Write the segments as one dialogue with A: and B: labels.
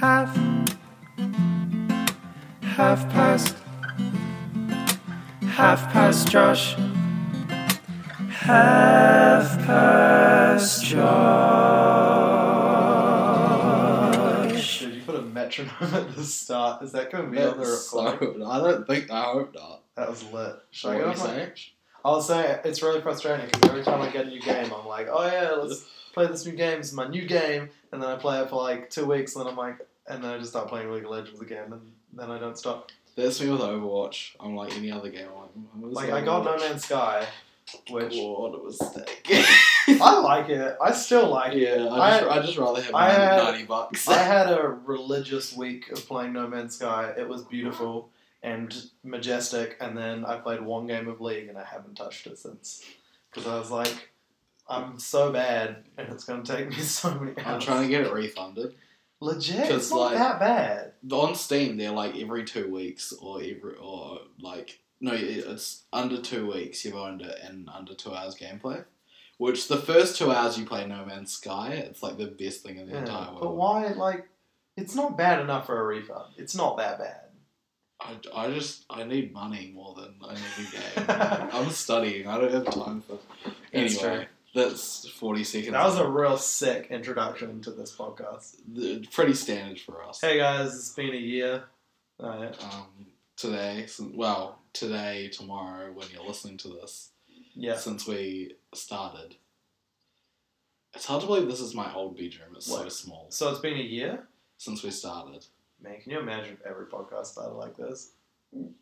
A: half, half past, half past Josh, half past Josh.
B: Should you put a metronome at the start? Is that going to be on the
C: That's so,
B: recording?
C: I don't think. I hope not.
B: That was lit. Should I go
C: What are you
B: on my-
C: saying?
B: I was saying it's really frustrating because every time I get a new game, I'm like, oh yeah, let's play this new game. It's my new game, and then I play it for like two weeks, and then I'm like, and then I just start playing League of Legends again, and then I don't stop.
C: That's me with Overwatch. I'm like any other game. I'm like,
B: Like I got No Man's Sky, which
C: What a mistake.
B: I like it. I still like it.
C: yeah,
B: I-
C: I just, I, just rather have
B: I had-
C: 90 bucks.
B: I had a religious week of playing No Man's Sky. It was beautiful and majestic, and then I played one game of League, and I haven't touched it since because I was like. I'm so bad, and it's gonna take me so many hours.
C: I'm trying to get it refunded.
B: Legit, it's
C: Just
B: not
C: like-
B: that bad.
C: On Steam, they're like every two weeks or every or like no, it's under two weeks you've owned it and under two hours gameplay. Which the first two hours you play No Man's Sky, it's like the best thing in the
B: Yeah,
C: entire world.
B: but why? Like, it's not bad enough for a refund. It's not that bad.
C: I, I just I need money more than I need a game. Like, I'm studying. I don't have time for.
B: That's
C: Anyway, that's forty seconds.
B: That was a real sick introduction to this podcast.
C: The- pretty standard for us.
B: Hey guys, it's been a year. Uh,
C: Um, today, sin- well, today, tomorrow, when you're listening to this,
B: yeah,
C: since we started, it's hard to believe this is my old bedroom. It's so
B: What?
C: small
B: so it's been a year.
C: since we started.
B: Man, can you imagine if every podcast started like this? You-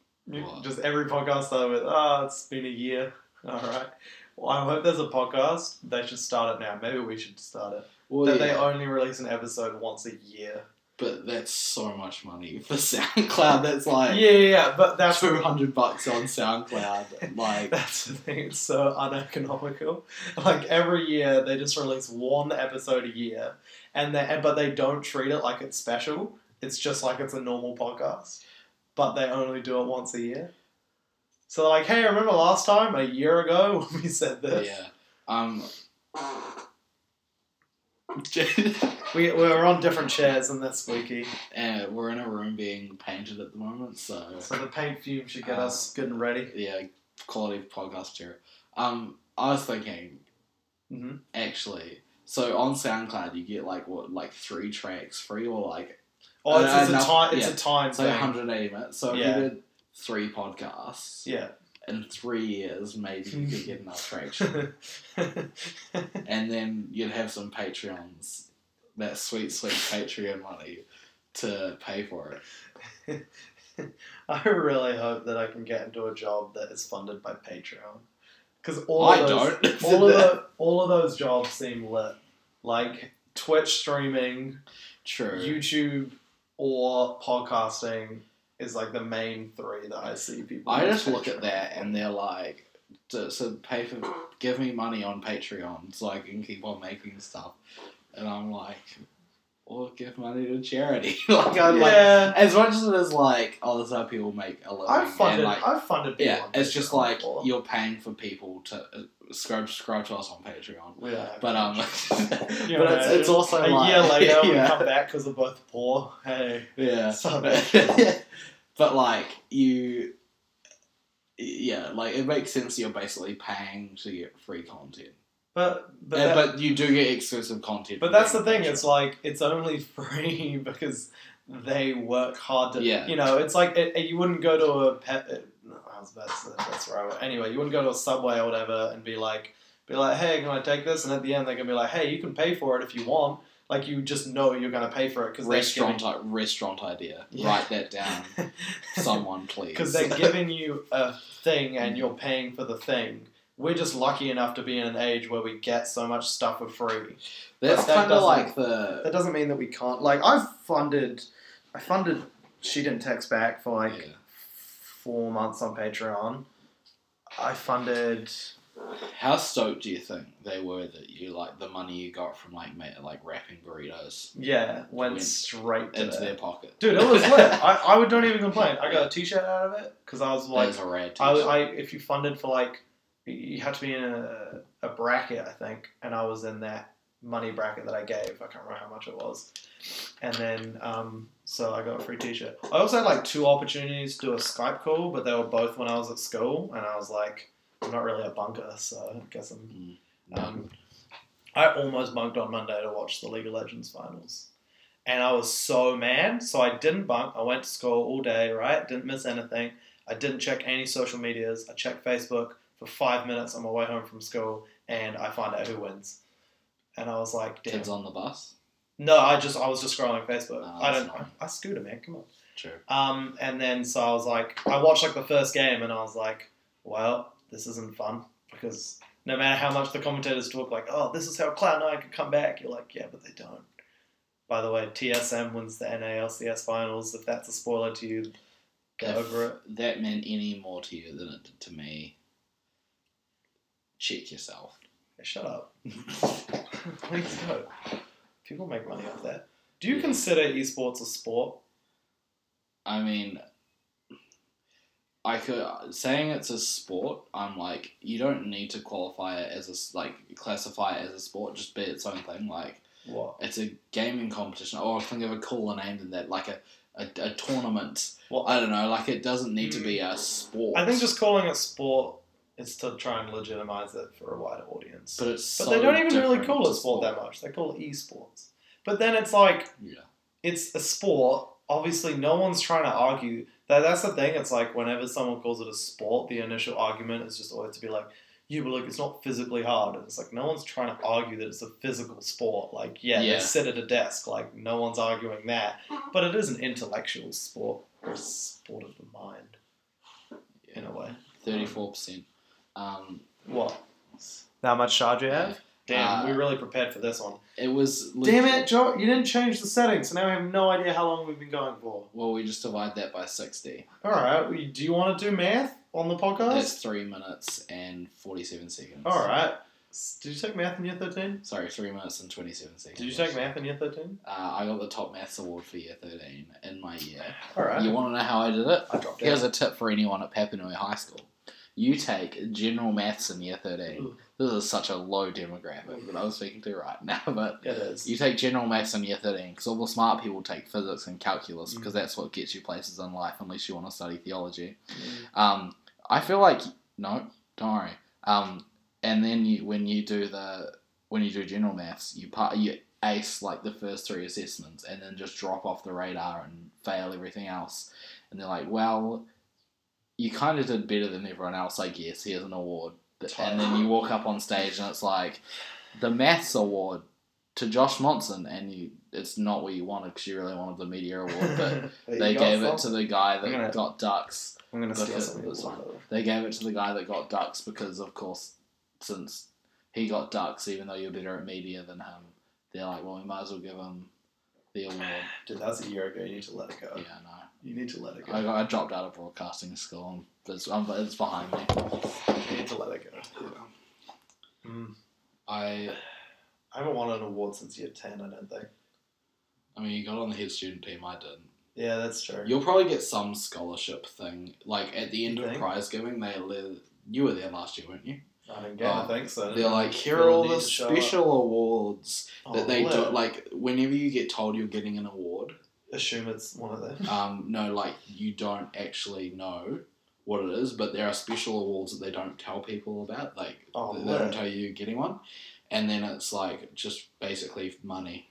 C: What?
B: Just every podcast started with, "Ah, it's been a year." All right. Well, I hope there's a podcast. They should start it now. Maybe we should start it.
C: Well,
B: that
C: yeah,
B: they only release an episode once a year.
C: but that's so much money for SoundCloud. That's like
B: yeah, yeah, yeah, but that's
C: two hundred bucks on SoundCloud. like.
B: That's the thing. It's so uneconomical. Like every year, they just release one episode a year, and they and- but they don't treat it like it's special. It's just like it's a normal podcast, but they only do it once a year. So they're like, hey, remember last time a year ago when we said this?
C: Yeah. Um.
B: We we're on different chairs in this wiki,
C: uh, we're in a room being painted at the moment, so
B: so the paint fume should get
C: Uh,
B: us good and ready.
C: yeah, quality of podcast here. Um, I was thinking,
B: Mhm.
C: actually, so on SoundCloud you get like what, like three tracks free, or like
B: Oh, it's,
C: uh,
B: it's a
C: enough-
B: time. It's
C: yeah.
B: a time
C: so
B: thing.
C: 180 minutes. So
B: Yeah.
C: if you did three podcasts
B: Yeah.
C: in three years, maybe you could get enough traction, and then you'd have some Patreons, that sweet sweet Patreon money to pay for it.
B: I really hope that I can get into a job that is funded by Patreon. Because all
C: I
B: of those,
C: don't.
B: all of the, all of those jobs seem lit, like Twitch streaming,
C: True.
B: YouTube, or podcasting is like the main three that I see people.
C: I
B: on
C: just look
B: Patreon.
C: at that and they're like, so, so pay for, give me money on Patreon so I can keep on making stuff. And I'm like, or give money to charity. like, I'm like,
B: yeah,
C: as much as it is like, oh, this is how people make a living.
B: I've funded.
C: and like,
B: I've funded. people
C: yeah,
B: on
C: it's just
B: Patreon
C: like
B: before.
C: you're paying for people to uh, subscribe, subscribe to us on Patreon.
B: We don't have
C: But um, but
B: Patreon. You
C: it's, it's
B: imagine?
C: also
B: a
C: like,
B: year later we
C: yeah.
B: come back because we're both poor. Hey,
C: Yeah.
B: so
C: but like you yeah, like it makes sense you're basically paying to get free content.
B: but
C: But,
B: but, that-
C: but you do get exclusive content.
B: But
C: from
B: that's the
C: them,
B: thing.
C: which-
B: It's like it's only free because they work hard to.
C: Yeah.
B: You know, it's like it, it- you wouldn't go to a pet. It, no, I was about to say, that's where I went. Anyway, you wouldn't go to a subway or whatever and be like, be like, hey, can I take this? And at the end, they're gonna be like, hey, you can pay for it if you want. Like you just know you're gonna pay for it because
C: restaurant i- restaurant idea.
B: Yeah.
C: Write that down. Someone please.
B: because they're giving you a thing and you're paying for the thing. We're just lucky enough to be in an age where we get so much stuff for free.
C: that's
B: but that
C: kind of
B: doesn't-
C: like the
B: That doesn't mean that we can't. Like I've funded, I funded. She didn't text back for like
C: yeah.
B: four months on Patreon. I funded.
C: How stoked do you think they were that you like the money you got from like ma- like wrapping burritos
B: Yeah, went
C: Went
B: straight to
C: into
B: that.
C: their pocket?
B: Dude, it was lit. I, I would don't even complain. I got a T-shirt out of it because I was
C: That
B: like,
C: is a rad.
B: I,
C: t-shirt.
B: I if you funded for like, you had to be in a, a bracket, I think, and I was in that money bracket that I gave. I can't remember how much it was. And then, um, so I got a free T-shirt. I also had like two opportunities to do a Skype call, but they were both when I was at school, and I was like, I'm not really a bunker, so I guess I'm. Um, I almost bunked on Monday to watch the League of Legends finals. And I was so mad, so I didn't bunk. I went to school all day, right? Didn't miss anything. I didn't check any social medias. I checked Facebook for five minutes on my way home from school, and I find out who wins. And I was like, damn.
C: Kids on the bus.
B: No, I just I was just scrolling Facebook.
C: No,
B: I
C: that's
B: don't know.
C: not-
B: I scooter man, come on.
C: True.
B: Um, and then so I was like, I watched like the first game, and I was like, well, this isn't fun because no matter how much the commentators talk, like, oh, this is how Cloud Nine could come back. You're like, yeah, but they don't. By the way, TSM wins the NALCS finals. If that's a spoiler to you, go
C: If
B: over it.
C: That meant any more to you than it did to me. Check yourself.
B: Hey, shut up. Please go. People make money off that. Do you consider esports a sport?
C: I mean, I could saying it's a sport. I'm like, you don't need to qualify it as a s- like classify it as a sport. Just be its own thing. Like
B: What?
C: it's a gaming competition. Oh, I think of a cooler name than that. Like a a, a tournament.
B: Well, Mm.
C: I don't know. Like it doesn't need to be a sport.
B: I think just calling it sport is to try and legitimize it for a wider audience.
C: But it's
B: But
C: so
B: they don't even really
C: different
B: call
C: to
B: it sport that much. They call it esports. But then it's like
C: Yeah.
B: it's a sport. Obviously, no one's trying to argue that. That's the thing. It's like whenever someone calls it a sport, the initial argument is just always to be like, "You, but look, it's not physically hard." And it's like no one's trying to argue that it's a physical sport. Like, yeah,
C: Yeah.
B: they sit at a desk. Like, no one's arguing that. But it is an intellectual sport, or sport of the mind, in a way.
C: Thirty-four percent. Um,
B: What? That much charge you
C: have?
B: Damn,
C: Uh,
B: we really prepared for this one.
C: it was.
B: Damn it, Joe, you didn't change the settings, so now I have no idea how long we've been going for.
C: Well, we just divide that by sixty.
B: Alright, we- do you want to do math on the podcast?
C: That's three minutes and forty-seven seconds.
B: Alright. S- Did you take math in year 13?
C: Sorry, three minutes and twenty-seven seconds.
B: Did you take math in year 13?
C: Uh, I got the top maths award for year thirteen in my year. You
B: Alright.
C: want to know how I did it?
B: I dropped
C: Here's
B: out.
C: a tip for anyone at Papanui High School. You take general maths in year 13.
B: Ooh.
C: This is such a low demographic that I was speaking to right now, but
B: It is.
C: You take general maths in year 13 because all the smart people take physics and calculus
B: Mm.
C: because that's what gets you places in life unless you want to study theology. Um, I feel like, no, don't worry. Um, and then you, when you do the, when you do general maths, you part, you ace like the first three assessments and then just drop off the radar and fail everything else. And they're like, well, you kind of did better than everyone else, I guess. Here's an award. But- And then you walk up on stage and it's like, the maths award to Josh Monson, and you, it's not what you wanted because you really wanted the media award, but they gave it to the guy that
B: I'm gonna-
C: got ducks.
B: I'm going to
C: Look
B: steal
C: at
B: some of
C: this
B: yours.
C: They gave it to the guy that got ducks because, of course, since he got ducks, even though you're better at media than him, they're like, well, we might as well give him the award.
B: Dude, that was a year ago. You need to let it go.
C: Yeah, no,
B: You need to let it go.
C: I, got- I dropped out of broadcasting school. And it's, um, it's behind me.
B: You need to let it go. Mm.
C: I,
B: I haven't won an award since year 10, I don't think.
C: I mean, you got on the head student team. I didn't.
B: Yeah, that's true.
C: You'll probably get some scholarship thing. Like at the end
B: You
C: of
B: think?
C: prize giving, they le- you were there last year, weren't you?
B: I don't get I
C: Oh,
B: think so.
C: They're like, here
B: Feel
C: are
B: the
C: all
B: need
C: the
B: to show up.
C: special awards that
B: Oh,
C: they
B: lit.
C: don't like. Whenever you get told you're getting an award,
B: Assume it's one of them.
C: um, no, like you don't actually know what it is, but there are special awards that they don't tell people about. Like
B: Oh,
C: they they don't
B: lit.
C: tell you you're getting one, and then it's like just basically money.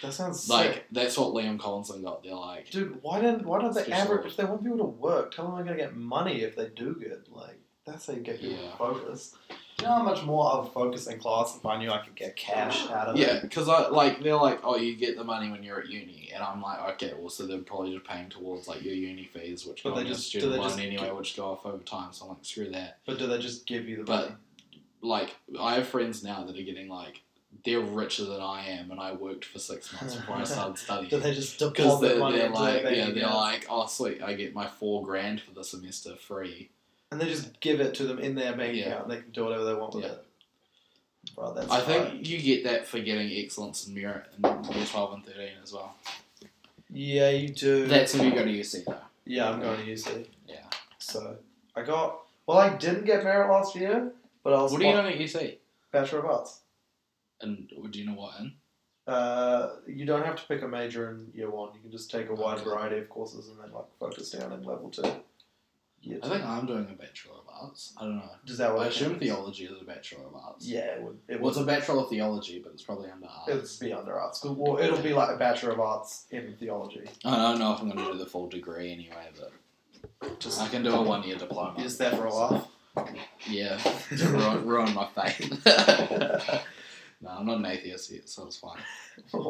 B: That sounds
C: Like
B: sick.
C: that's what Liam Collinson got. They're like,
B: Dude, why don't why don't they
C: Special
B: average?
C: award.
B: If they want people to work, tell them they're gonna get money if they do good. Like that's how you get people
C: Yeah.
B: focused. You know how much more I would focus in class if I knew I could get cash out of
C: Yeah,
B: it.
C: because I like they're like, oh, you get the money when you're at uni, and I'm like, okay, well, so they're probably just paying towards like your uni fees, which
B: But
C: go
B: they
C: on your
B: just- do
C: student
B: they
C: loan
B: just
C: anyway,
B: get-
C: which go off over time. So I'm like, screw that.
B: But do they just give you the
C: But-
B: money?
C: Like I have friends now that are getting like they're richer than I am, and I worked for six months before I started
B: Do
C: studying.
B: they just
C: Because
B: deposit
C: they're,
B: money
C: they're
B: into
C: like,
B: their
C: yeah,
B: bank
C: they're
B: accounts?
C: like, oh sweet, I get my four grand for the semester free.
B: and they just give it to them in their bank
C: Yeah.
B: account and they can do whatever they want with
C: Yeah.
B: it. Bro, that's
C: I
B: hard.
C: think you get that for getting excellence in merit in year twelve and thirteen as well.
B: Yeah, you do.
C: That's if you go to UC though.
B: yeah, I'm going to UC.
C: Yeah.
B: So I got well I didn't get merit last year, but I was
C: What are you
B: like-
C: doing at UC?
B: Bachelor of Arts.
C: And do you know what in?
B: Uh, you don't have to pick a major in year one. You can just take a wide
C: Okay.
B: variety of courses and then like focus down in level two. Year
C: I
B: two.
C: think I'm doing a Bachelor of Arts. I don't know.
B: Does that work?
C: I assume theology is a Bachelor of Arts.
B: Oh, Yeah, it would. It
C: It
B: would.
C: was a Bachelor of Theology, but it's probably under
B: It'll
C: arts.
B: just be under art school. Well, it'll be like a Bachelor of Arts in theology.
C: I don't know if I'm going to do the full degree anyway, but
B: Just-
C: I can do a one year diploma.
B: Is there for a laugh?
C: Yeah, to ruin, ruin my faith. no, I'm not an atheist yet, so it's fine.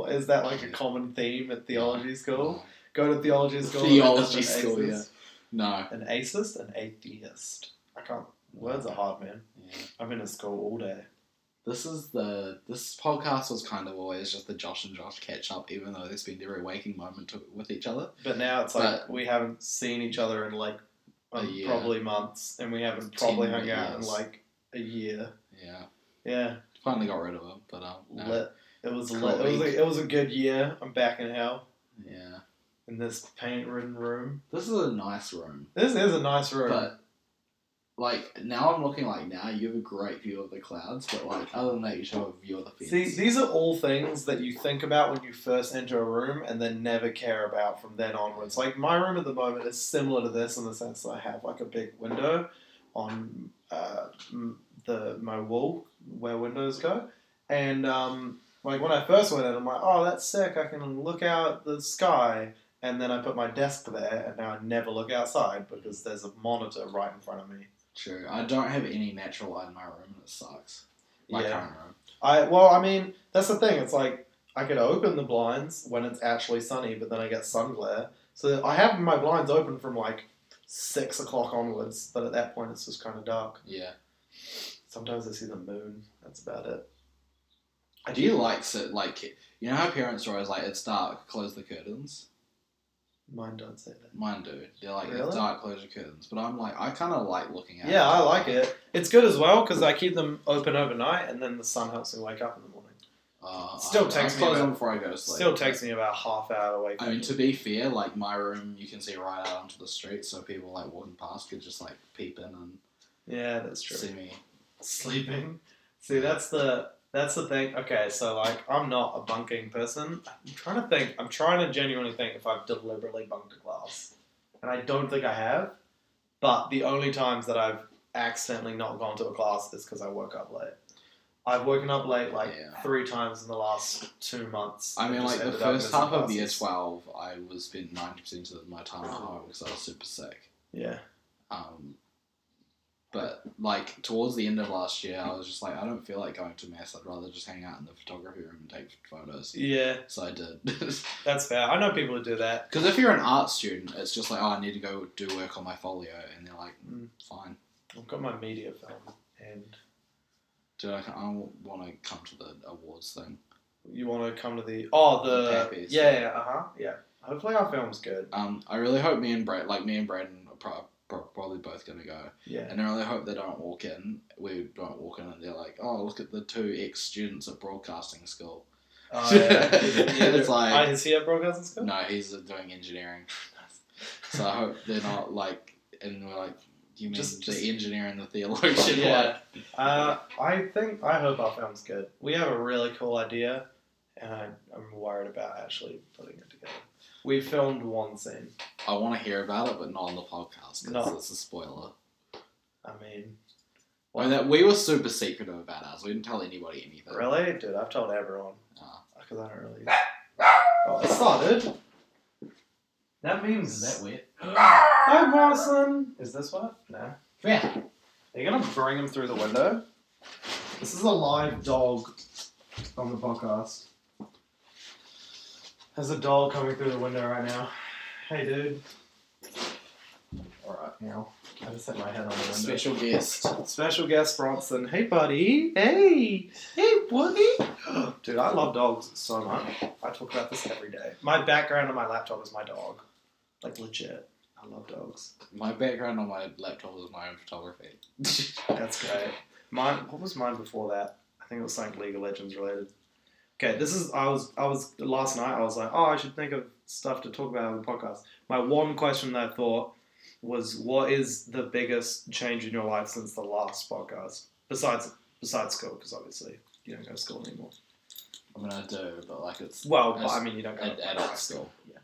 B: Is that like a common theme at theology school? Go to theology school.
C: Theology
B: and
C: school,
B: an
C: yeah. No.
B: An atheist, an atheist. I can't. Words are hard, man.
C: Yeah.
B: I've been in school all day.
C: This is the this podcast was kind of always just the Josh and Josh catch up, even though they spend every waking moment to, with each other.
B: But now it's like we haven't seen each other in like um,
C: A year.
B: probably months, and we haven't
C: Ten
B: probably hung out in
C: years.
B: like a yeyear.
C: Yeah,
B: Yeah,
C: finally got rid of him, but um, no.
B: lit. It was
C: Cool
B: lit. It was,
C: week.
B: a, it was a good year. I'm back in hell
C: yeah,
B: in this paint-ridden room.
C: this is a nice room,
B: This is a nice room.
C: but like now I'm looking like now you have a great view of the clouds, but like other than that you should have a view of the fence.
B: See, these are all things that you think about when you first enter a room and then never care about from then onwards. Like my room at the moment is similar to this in the sense that I have like a big window on uh, m- the my wall where windows go, and um, like when I first went in, I'm like, oh, that's sick. I can look out the sky, and then I put my desk there, and now I never look outside because there's a monitor right in front of me.
C: True, I don't have any natural light in my room, and it sucks. My
B: yeah.
C: current room.
B: I well, I mean, that's the thing. It's like I could open the blinds when it's actually sunny, but then I get sun glare. So I have my blinds open from like six o'clock onwards, but at that point it's just kind of dark.
C: Yeah.
B: Sometimes I see the moon. That's about it.
C: Do you like sit like you know how parents are always like it's dark, close the curtains.
B: Mine don't say that.
C: Mine do. They're like
B: Really?
C: it's dark, close the curtains. But I'm like I kind of like looking at.
B: Yeah, I like it. It's good as well because I keep them open overnight, and then the sun helps me wake up in the morning.
C: Uh,
B: Still
C: I,
B: takes
C: I
B: me
C: close
B: about-
C: them before I go to sleep.
B: Still takes me about half hour to wake
C: I mean,
B: up.
C: to be fair, like my room, you can see right out onto the street, so people like walking past could just like peep in and
B: Yeah, that's true.
C: see me.
B: sleeping. See, that's the that's the thing. Okay, so like I'm not a bunking person. I'm trying to think. I'm trying to genuinely think if I've deliberately bunked a class, and I don't think I have. But the only times that I've accidentally not gone to a class is because I woke up late. I've woken up late like
C: Yeah.
B: three times in the last two months.
C: I
B: and
C: mean,
B: just
C: like the
B: ended up
C: first
B: missing
C: half of year
B: classes.
C: twelve, I was spent ninety percent of my time at home because I was super sick.
B: Yeah,
C: Um, but like towards the end of last year, I was just like, I don't feel like going to mass. I'd rather just hang out in the photography room and take photos.
B: yeah,
C: So I did. Because
B: that's fair. I know people who do that.
C: if you're an art student, it's just like, oh, I need to go do work on my folio, and they're like,
B: Mm.
C: fine.
B: I've got my media film, and
C: Dude, I, I want to come to the awards thing.
B: You want to come to the oh the
C: The Pappies,
B: yeah
C: yeah.
B: yeah uh huh yeah. Hopefully our film's good.
C: Um, I really hope me and Brad, like me and Braden, are pro- pro- probably both gonna go.
B: Yeah.
C: And I really hope they don't walk in. We don't walk in, and they're like, oh, look at the two ex students at broadcasting school.
B: Uh, yeah.
C: It's like-
B: I see at broadcasting school.
C: No, he's doing engineering. So I hope they're not like, and we're like, you mean
B: Just-
C: the
B: just-
C: engineer and the theologian?
B: Yeah. Uh, I think I hope our film's good. We have a really cool idea, and I, I'm worried about actually putting it together. We filmed one scene.
C: Like, I want to hear about it, but not on the podcast because
B: No.
C: it's a spoiler.
B: I mean,
C: Well, that we were super secretive about ours. We didn't tell anybody anything.
B: really, dude, I've told everyone
C: Ah.
B: because I don't really. Oh, it started. That means
C: weird?
B: Hi, Boston. Is this what? No.
C: Yeah.
B: Are you gonna bring him through the window? This is a live dog on the podcast. There's a dog coming through the window right now. Hey, dude. Alright, now. I just hit my head on the window.
C: Special guest.
B: Special guest Bronson. Hey, buddy. Hey. Hey, buddy. Dude, I love dogs so much. I talk about this every day. My background on my laptop is my dog. Like, legit. I love dogs.
C: My background on my laptop was my own photography.
B: That's great. Mine. What was mine before that? I think it was something League of Legends related. Okay, this is. I was. I was last night. I was like, oh, I should think of stuff to talk about on the podcast. My one question that I thought was, what is the biggest change in your life since the last podcast? Besides, besides school, because obviously You don't go to school anymore.
C: I mean, I do, but like it's
B: Well,
C: That's-
B: I mean, you don't go
C: at
B: to
C: adult school.
B: Yeah.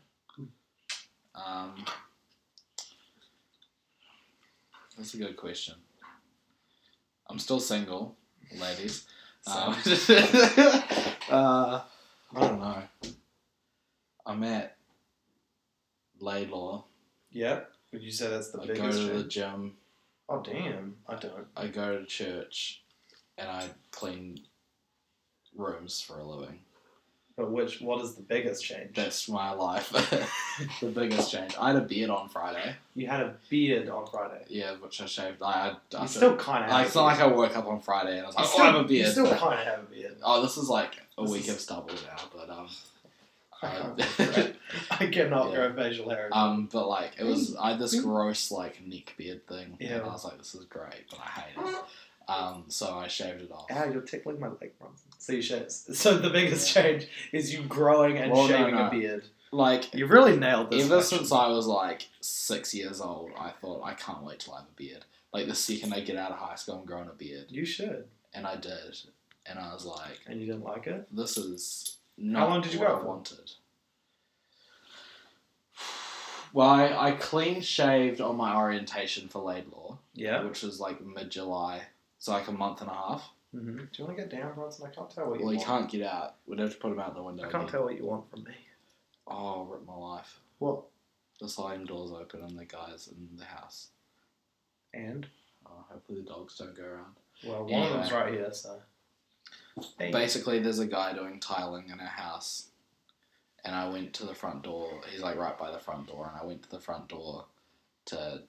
C: Um, that's a good question. I'm still single, ladies. Um, uh, I don't know. I met Laidlaw.
B: Yeah. Would you say that's the
C: I go to
B: biggest
C: the
B: change?
C: gym.
B: Oh, damn. I don't.
C: I go to church, and I clean rooms for a living.
B: But which, what is the biggest change?
C: That's my life. the biggest change. I had a beard on Friday.
B: You had a beard on Friday.
C: Yeah, which I shaved. I, I, I
B: You still kind of
C: Like, it's not like I woke up on Friday and I was like, oh, I have a beard.
B: You still
C: but-
B: kind of have a beard.
C: oh, this is like a
B: This
C: week
B: is-
C: of stubble now, but um,
B: I can't
C: uh,
B: grow- I cannot
C: Yeah.
B: grow facial hair.
C: um, but like it was I had this
B: Mm.
C: gross like neck beard thing,
B: Yeah.
C: and I was like, this is great, but I hate it. Um, so I shaved it off.
B: Ow, Ah, you're tickling my leg, Bronson. So you shave. So the biggest change is you growing and
C: Well, no,
B: shaving
C: no.
B: a beard.
C: Like
B: You really nailed this.
C: ever
B: question.
C: since I was like six years old, I thought I can't wait till I have a beard. Like the second I get out of high school, I'm growing a beard,
B: you should,
C: and I did, and I was like,
B: and you didn't like it.
C: this is not
B: long did you
C: what
B: go
C: I
B: for?
C: wanted. Well, I, I clean shaved on my orientation for Laidlaw,
B: Yeah.
C: which was like mid July, so like a month and a half.
B: hmm Do you want to get down, Bronson? I can't tell what you
C: well, you
B: want.
C: can't get out. We'd have to put him out the window.
B: I can't
C: again.
B: tell what you want from me.
C: Oh, rip my life.
B: What?
C: The sliding doors open and the guys in the house.
B: And
C: Oh, hopefully the dogs don't go around.
B: well, one of them's
C: Anyway.
B: right here. So. Hey.
C: Basically, there's a guy doing tiling in our house, and I went to the front door. He's like right by the front door, and I went to the front door to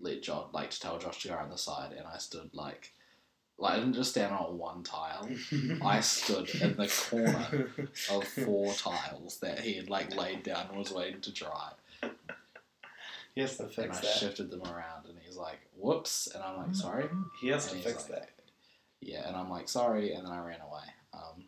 C: let Josh, like to tell Josh to go around the side, and I stood like, like I didn't just stand on one tile. I stood in the corner of four tiles that he had like laid down and was waiting to dry,
B: he has to
C: and
B: fix
C: I
B: that.
C: shifted them around, and he's like, "Whoops," and I'm like, "Sorry."
B: He has to
C: And he's
B: Mm-hmm. fix
C: like- Yeah, and I'm like, "Sorry," and then I ran away. Um,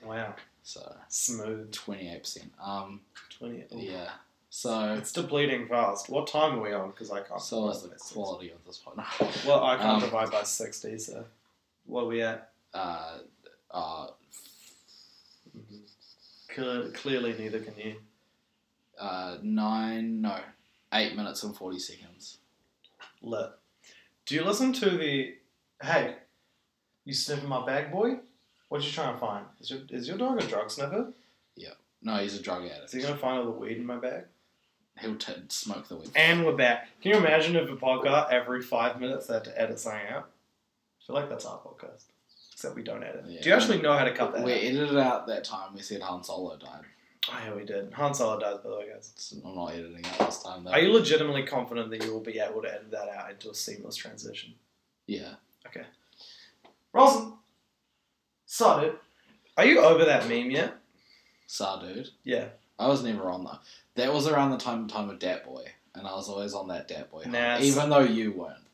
B: that. Wow.
C: so
B: Smooth.
C: twenty eight percent. Um.
B: Twenty. oh,
C: Yeah. So
B: It's depleting fast. What time are we on? Because I can't.
C: so is the
B: divide by six.
C: quality of this one.
B: Well, I can't
C: Um,
B: divide by sixty. So, what are we at?
C: Uh, uh,
B: Cle- Clearly, neither can you.
C: uh, nine no, eight minutes and forty seconds.
B: Lit. Do you listen to the? Hey, you sniffing my bag, boy? What you trying to find? Is your is your dog a drug sniffer?
C: No, he's a drug addict.
B: Is he gonna find all the weed in my bag?
C: He'll t- smoke the weed.
B: And we're back. Can you imagine if a podcast every five minutes they had to edit something out? I feel like that's our podcast, except we don't edit. Do you
C: Yeah.
B: actually know how to cut that?
C: we
B: Wait.
C: edited out that time we said Han Solo died.
B: Oh yeah, we did. Han Solo dies, by the way, guys.
C: So I'm not editing out this time though.
B: Are you legitimately confident that you will be able to edit that out into a seamless transition?
C: yeah.
B: Rosen, sorry. Are you over that meme yet?
C: Sar dude.
B: Yeah.
C: I was never on though. That was around the time time of Dat Boy, and I was always on that Dat Boy.
B: Nah,
C: hype,
B: it's-
C: even though you weren't.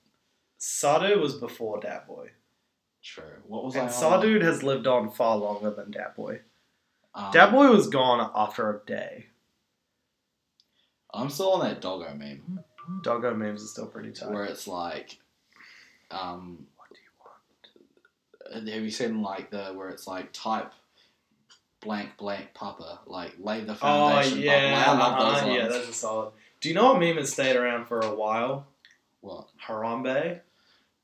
B: Sadu was before Dat Boy.
C: True. What was I?
B: And
C: on?
B: Sawdude has lived on far longer than Dat Boy.
C: Um,
B: Dat Boy was gone after a day.
C: I'm still on that Doggo meme.
B: Doggo memes are still pretty tight.
C: where it's like, um, have you seen like the where it's like type blank blank papa like lay the
B: Oh,
C: foundation?
B: yeah.
C: papa. I love those
B: uh-huh,
C: ones.
B: yeah, those are solid. Do you know what meme has stayed around for a while?
C: What?
B: Harambe.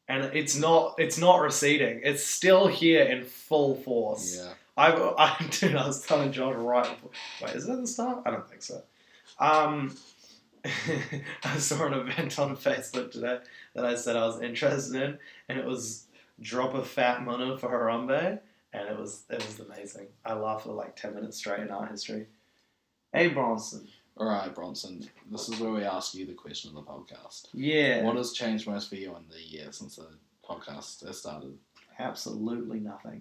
B: And it's not it's not receding. It's still here in full force.
C: Yeah,
B: I, I, dude, I was telling John right. before- Wait, is that the start? I don't think so. Um, I saw an event on Facebook today that I said I was interested in, and it was drop a fat mono for Harambe, and it was it was amazing. I laughed for like ten minutes straight in art history. Hey Bronson.
C: All right, Bronson. This is where we ask you the question of the podcast.
B: Yeah.
C: What has changed most for you in the year since the podcast has started?
B: Absolutely nothing.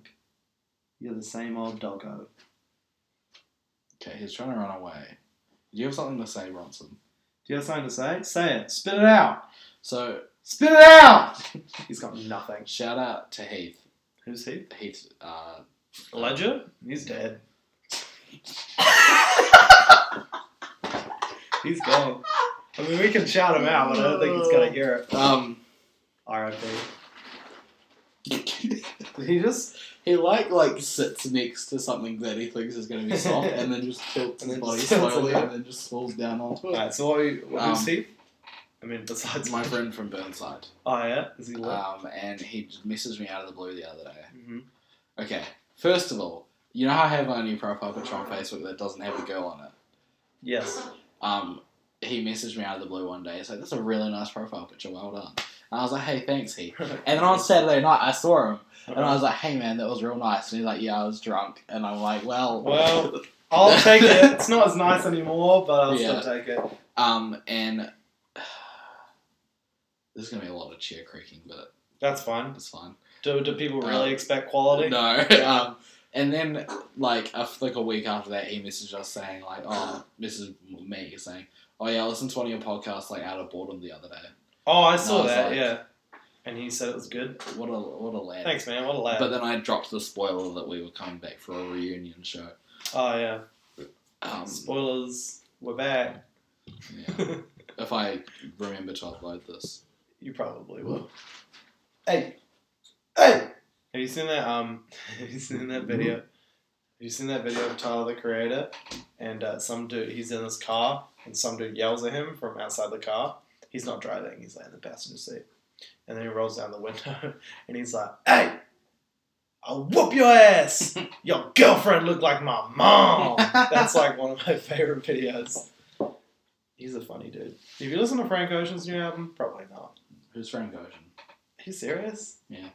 B: You're the same old doggo.
C: Okay, he's trying to run away. Do you have something to say, Bronson?
B: Do you have something to say? Say it. Spit it out.
C: So
B: Spit it out. He's got nothing.
C: shout out to Heath.
B: Who's he?
C: Heath. Uh,
B: Ledger? He's dead. he's gone. I mean, we can shout him out, but I don't think he's gonna hear it.
C: um.
B: R.I.P.
C: He just he like like sits next to something that he thinks is going to be soft, and then just tilts
B: And then
C: his body
B: just tilts it
C: slowly,
B: up.
C: and then just falls down onto it.
B: Alright, so what, we- what
C: Um,
B: is he? I mean, besides
C: That's my friend from Burnside,
B: Oh, yeah? Is he left?
C: um, and he just messaged me out of the blue the other day.
B: hmm
C: Okay, first of all, you know how I have my new profile picture on Facebook that doesn't have a girl on it.
B: Yes.
C: Um, he messaged me out of the blue one day. He's like, "That's a really nice profile picture. Well done." And I was like, "Hey, thanks, he." And then on Saturday night, I saw him. And
B: Uh-huh.
C: I was like, hey man, that was real nice. And he's like, yeah, I was drunk. And I'm like, well.
B: Well. I'll take it. It's not as nice anymore, but I'll
C: Yeah.
B: still take it.
C: Um, and there's going to be a lot of chair creaking, but
B: That's fine.
C: it's fine.
B: Do, do people really
C: Um,
B: expect quality?
C: No. Um, and then, like, a, like a week after that, he messaged us saying, like, oh, this is me saying, oh yeah, I listened to one of your podcasts, like, out of boredom the other day.
B: Oh, I
C: And I
B: saw
C: was
B: that,
C: like-
B: yeah. And he said it was good.
C: What a, what a lad.
B: Thanks, man. What a lad.
C: But then I dropped the spoiler that we were coming back for a reunion show.
B: oh, yeah.
C: Um,
B: Spoilers. We're back.
C: yeah. if I remember to upload this.
B: You probably will.
C: will.
B: Hey, hey! Mm-hmm. Have you seen that? Um, have you seen that video? Have you seen that video of Tyler the Creator? And uh, some dude, he's in his car, and some dude yells at him from outside the car. He's not driving. He's like in the passenger seat, and then he rolls down the window, and he's like, "Hey, I'll whoop your ass! Your girlfriend looked like my mom." That's like one of my favorite videos. He's a funny dude. If you listen to Frank Ocean's new album, probably not.
C: Who's Frank Ocean?
B: Are you serious?
C: Yeah.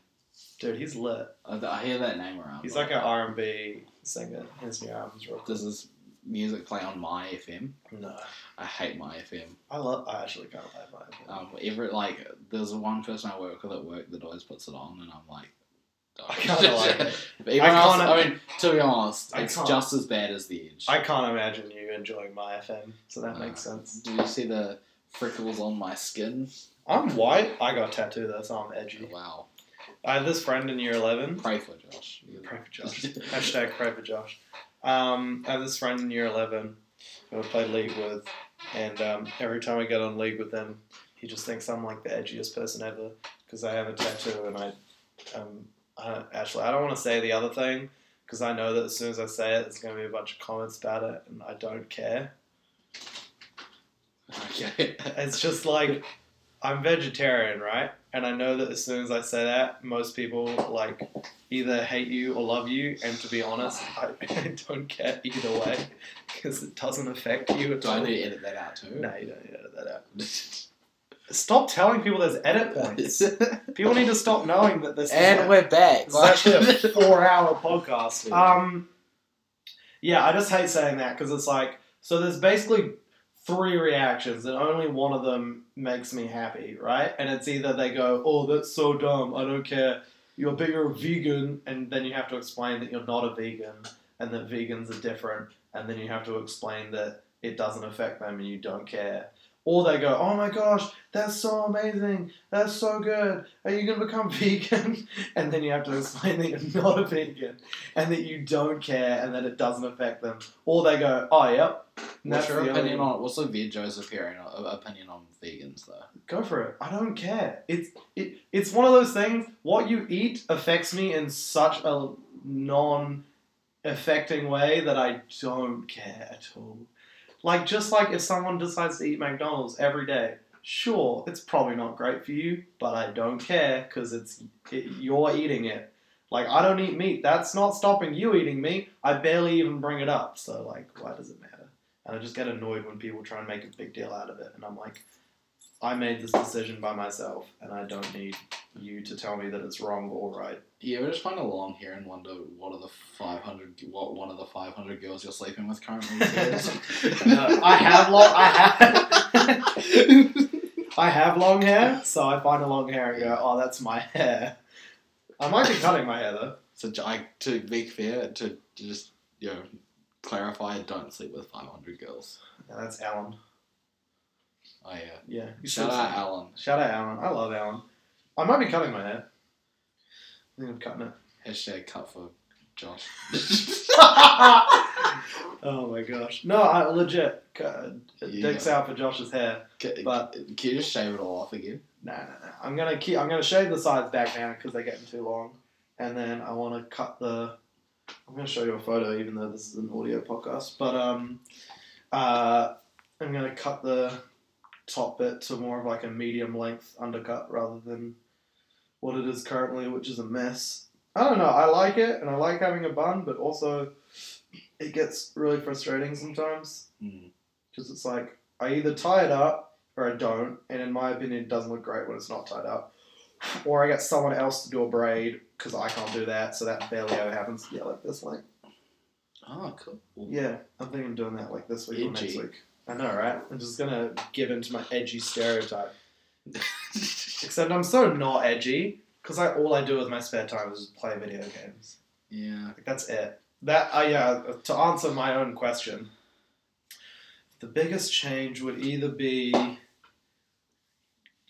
B: Dude, he's lit.
C: I, I hear that name around.
B: He's
C: but
B: like an R and B singer. His new album's real cool.
C: Does this music play on my FM?
B: No,
C: I hate my FM.
B: I love. I actually can't like my.
C: Um, every like, there's one person I work with at work that always puts it on, and I'm like,
B: I kinda like it.
C: Everyone
B: I
C: else-
B: kinda-
C: I mean, to be honest,
B: I
C: it's
B: can't.
C: just as bad as the Edge.
B: I can't imagine you enjoying my FM, so that
C: No.
B: makes sense.
C: Do you see the freckles on my skin?
B: I'm white. I got a tattoo though, so I'm edgy.
C: Wow.
B: I have this friend in year eleven.
C: Pray for Josh.
B: Pray for Josh. Hashtag pray for Josh. Um, I have this friend in year eleven who I play league with, and um, every time I get on league with them, he just thinks I'm like the edgiest person ever because I have a tattoo and I, um, I actually I don't want to say the other thing because I know that as soon as I say it, there's going to be a bunch of comments about it, and I don't care.
C: Okay.
B: It's just like I'm vegetarian, right? And I know that as soon as I say that, most people like either hate you or love you. And to be honest, I, I don't care either way because it doesn't affect you at
C: Do I
B: all.
C: need to edit that out too?
B: No, you don't edit that out. Stop telling people there's edit points. People need to stop knowing that this is
C: and
B: like,
C: we're back.
B: this is actually a four-hour podcast. Um, yeah, I just hate saying that because it's like so. There's basically three reactions, and only one of them makes me happy, right? And it's either they go, "Oh, that's so dumb. I don't care." You're but you're a vegan, and then you have to explain that you're not a vegan, and that vegans are different, and then you have to explain that it doesn't affect them, and you don't care. Or they go, "Oh my gosh, that's so amazing. That's so good. Are you gonna become vegan?" and then you have to explain that you're not a vegan and that you don't care and that it doesn't affect them. Or they go, oh, yep. And
C: What's your
B: the
C: opinion
B: only-
C: on what's the Vid Joe's opinion on, uh, opinion on vegans though?
B: Go for it. I don't care. It's it, it's one of those things. What you eat affects me in such a non-affecting way that I don't care at all. Like just like if someone decides to eat McDonald's every day, sure, it's probably not great for you, but I don't care because it's it, you're eating it. Like I don't eat meat. That's not stopping you eating meat. I barely even bring it up. So like, why does it matter? And I just get annoyed when people try and make a big deal out of it, and I'm like. I made this decision by myself, and I don't need you to tell me that it's wrong or right.
C: You ever just find a long hair and wonder what are the five hundred what one of the five hundred girls you're sleeping with currently? is?
B: No, I have long. I have. I have long hair, so I find a long hair and go, "Oh, that's my hair." I might be cutting my hair though.
C: so I, to be fair, to, to just you know clarify, I don't sleep with five hundred girls.
B: Yeah, that's Alan.
C: I uh,
B: Yeah. he
C: shout
B: said
C: out
B: so.
C: Alan.
B: Shout out Alan. I love Alan. I might be cutting my hair. I think I'm cutting it.
C: Hashtag cut for Josh.
B: oh my gosh. No, I legit. cut- Dicks
C: Yeah.
B: out for Josh's hair.
C: Can,
B: But-
C: can you just shave it all off again?
B: No, no, no. I'm gonna keep. I'm gonna shave the sides back now because they're getting too long, and then I want to cut the. I'm going to show you a photo, even though this is an audio podcast. But um, uh, I'm going to cut the top bit to more of like a medium length undercut rather than what it is currently, which is a mess. I don't know. I like it, and I like having a bun, but also it gets really frustrating sometimes
C: Mm.
B: because it's like I either tie it up or I don't, and in my opinion, it doesn't look great when it's not tied up. Or I get someone else to do a braid because I can't do that, so that barely ever happens. Yeah, like this length.
C: Oh, cool.
B: Yeah, I'm thinking of doing that like this week or next
C: Edgy.
B: week. I know, right? I'm just gonna give in to my edgy stereotype. Except I'm so not edgy because I all I do with my spare time is play video games.
C: yeah.
B: Like, that's it. That uh, yeah. To answer my own question, the biggest change would either be,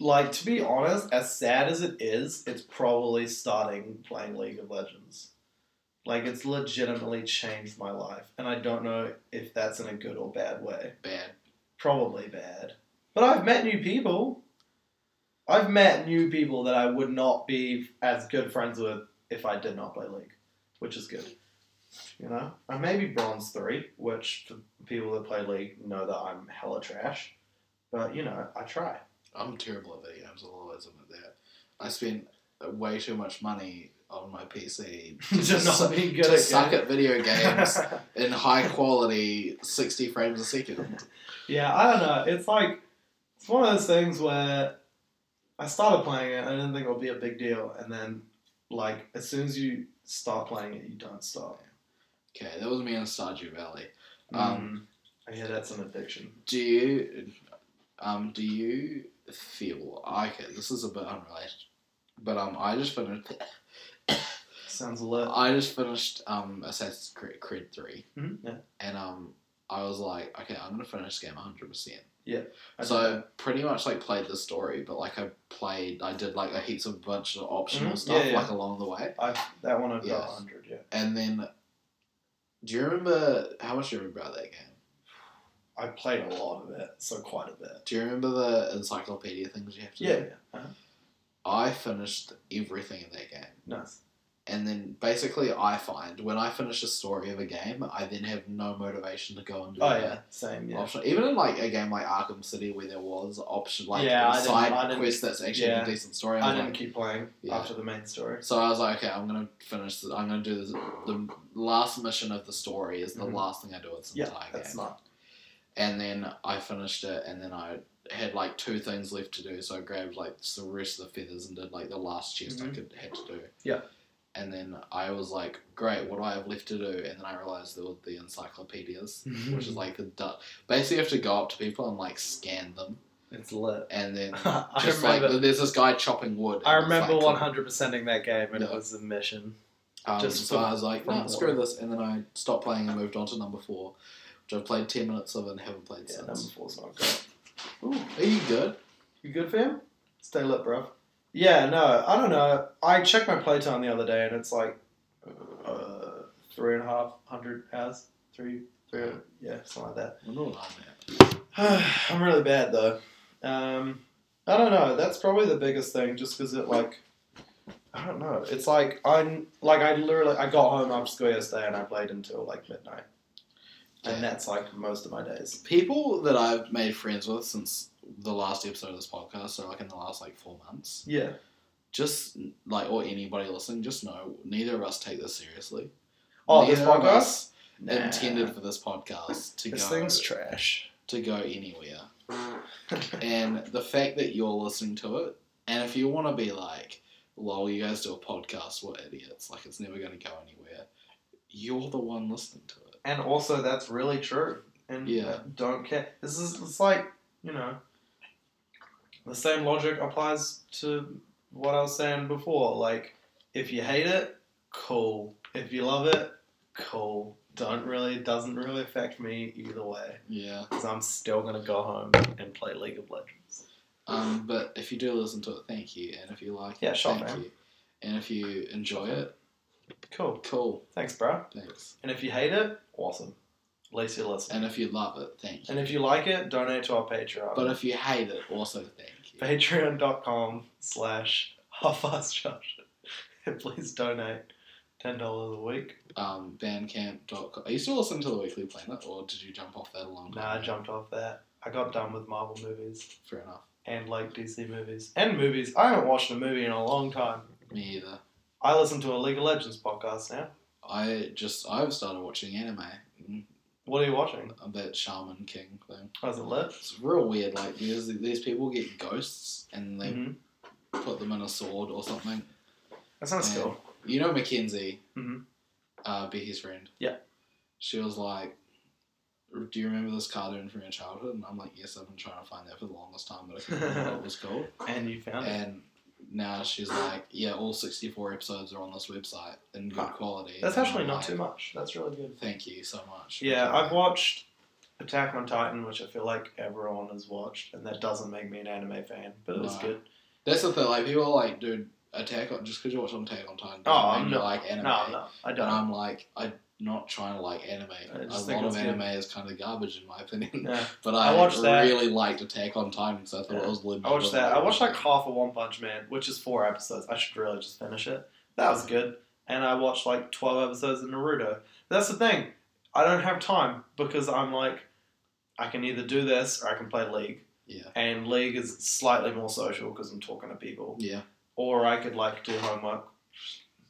B: like, to be honest, as sad as it is, it's probably starting playing League of Legends. Like, it's legitimately changed my life, and I don't know if that's in a good or bad way.
C: Bad.
B: Probably bad. But I've met new people. I've met new people that I would not be as good friends with if I did not play League, which is good. You know, I may be bronze three, which for people that play League know that I'm hella trash. But you know, I try.
C: I'm terrible at video games. I'll always admit that. I spend way too much money on my PC
B: Just not
C: su-
B: being good
C: to
B: at
C: suck at video games
B: games.
C: in high quality, sixty frames a second.
B: yeah, I don't know. It's like it's one of those things where I started playing it, I didn't think it would be a big deal, and then like as soon as you start playing it, you don't stop.
C: Okay, that was me on Stardew Valley.
B: Um, I hear that's an addiction.
C: Do you, um, do you feel okay? This is a bit unrelated, but um, I just finished.
B: Sounds lit.
C: I just finished um Assassin's Creed, Creed Three,
B: Mhm, yeah,
C: and um, I was like, okay, I'm gonna finish this game 100. percent
B: I
C: So
B: do.
C: I pretty much like played the story, but like I played, I did like a heaps of bunch of optional
B: Mhm,
C: stuff
B: yeah, yeah.
C: like along the way,
B: I that one I've got
C: Yes.
B: hundred. Yeah.
C: and then. Do you remember how much do you remember about that game?
B: I played a lot of it, so quite a bit.
C: Do you remember the encyclopedia things you have to do?
B: Uh-huh.
C: I finished everything in that game.
B: Nice.
C: And then basically, I find when I finish a story of a game, I then have no motivation to go and do
B: Oh
C: the
B: yeah, same. Yeah.
C: optional. Even in like a game like Arkham City, where there was option like
B: Yeah,
C: a
B: I didn't-
C: side
B: I didn't-
C: quest that's actually
B: yeah.
C: a decent story. I
B: I
C: was
B: didn't
C: like-
B: keep playing
C: Yeah.
B: after the main story.
C: so I was like, okay, I'm gonna finish. This, I'm gonna do this, the last mission of the story is the
B: Mhm.
C: last thing I do with this
B: Yeah,
C: entire game.
B: That's not.
C: and then I finished it, and then I had like two things left to do, so I grabbed like the rest of the feathers and did like the last chest I
B: Mhm.
C: could had to do.
B: Yeah.
C: And then I was like, great, what do I have left to do? And then I realized there were the encyclopedias, which
B: Mm.
C: is like the du- basically you have to go up to people and like scan them,
B: It's lit.
C: and then
B: I
C: just
B: remember.
C: like there's this guy chopping wood.
B: I
C: and it's,
B: remember
C: like,
B: one hundred percenting that game, and it
C: Yeah.
B: was a mission.
C: Um,
B: Just
C: so
B: from-
C: I was like,
B: from
C: nah,
B: the
C: screw
B: water.
C: this, and then I stopped playing and moved on to number four, which I've played ten minutes of and haven't played
B: Yeah, number
C: since.
B: four's not good.
C: Are you good?
B: You good, fam? Stay lit, bro. Yeah, no, I don't know. I checked my playtime the other day, and it's like uh, three and a half hundred hours. Three, three, yeah, something like that.
C: I'm not lying, man.
B: I'm really bad though. Um, I don't know. That's probably the biggest thing, just because it like, I don't know. It's like I'm like I literally I got home after school yesterday and I played until like midnight, and
C: Yeah.
B: that's like most of my days.
C: people that I've made friends with since the last episode of this podcast, so like in the last like four months,
B: Yeah,
C: just like or anybody listening, just know neither of us take this seriously.
B: Oh,
C: neither
B: this
C: of
B: podcast?
C: us
B: Nah.
C: intended for this podcast to
B: This
C: go
B: thing's trash.
C: to go anywhere, and the fact that you're listening to it, and if you want to be like, "Lol, you guys do a podcast? What idiots! Like it's never going to go anywhere." You're the one listening to it.
B: and also, that's really true. And
C: Yeah.
B: I don't care. This is it's like you know, the same logic applies to what I was saying before. Like, if you hate it, cool. If you love it, cool. Don't really doesn't really affect me either way
C: Yeah.
B: because I'm still gonna go home and play League of Legends.
C: Um, but if you do listen to it, thank you. And if you like
B: Yeah,
C: it,
B: sure,
C: thank
B: man.
C: you. And if you enjoy it,
B: Cool.
C: cool.
B: Thanks, bro.
C: Thanks.
B: And if you hate it, awesome. At least you're listening.
C: And if you love it, thank you.
B: And if you like it, donate to our Patreon.
C: But if you hate it, also thank you.
B: patreon.com slash half-assed Josh. Please donate ten dollars a week.
C: Um, Bandcamp.com. Are you still listening to the Weekly Planet, or did you jump off that a long time?
B: Nah, I
C: ago?
B: jumped off that. I got done with Marvel movies
C: Fair enough.
B: and like DC movies and movies. I haven't watched a movie in a long time.
C: Me either.
B: I listen to a League of Legends podcast now.
C: I just I've started watching anime. Mm,
B: What are you watching?
C: That Shaman King thing.
B: How's it lit?
C: It's real weird. Like because these people get ghosts and they
B: Mhm.
C: put them in a sword or something.
B: That sounds
C: Yeah.
B: cool.
C: You know Mackenzie,
B: Mhm.
C: uh, Becky's friend.
B: Yeah.
C: She was like, "Do you remember this cartoon from your childhood?" And I'm like, "Yes, I've been trying to find that for the longest time, but I couldn't remember what it was called."
B: And you found it.
C: And now she's like, "Yeah, all 64 episodes are on this website in good
B: Huh.
C: quality."
B: That's
C: And I'm
B: actually not
C: like,
B: too much. That's really good.
C: Thank you so much.
B: Yeah,
C: Like,
B: I've watched Attack on Titan, which I feel like everyone has watched, and that doesn't make me an anime fan, but it is
C: Right.
B: good.
C: That's the thing. Like people are like, "Dude, Attack on just because you watch on Attack on Titan,
B: Oh, I'm
C: you
B: not-
C: like anime."
B: No, no, I
C: And
B: don't.
C: I'm like, I'm not trying to like anime.
B: I
C: A
B: just think
C: lot of
B: it's good.
C: anime is kind of garbage in my opinion.
B: Yeah.
C: But I,
B: I watched that.
C: really liked Attack on Titan because I thought
B: Yeah.
C: it was legit.
B: I watched that. I watched like half of One Punch Man, which is four episodes. I should really just finish it. That was good. And I watched like 12 episodes of Naruto. But that's the thing. I don't have time because I'm like, I can either do this or I can play League.
C: Yeah.
B: And League is slightly more social because I'm talking to people.
C: Yeah,
B: Or I could like do homework.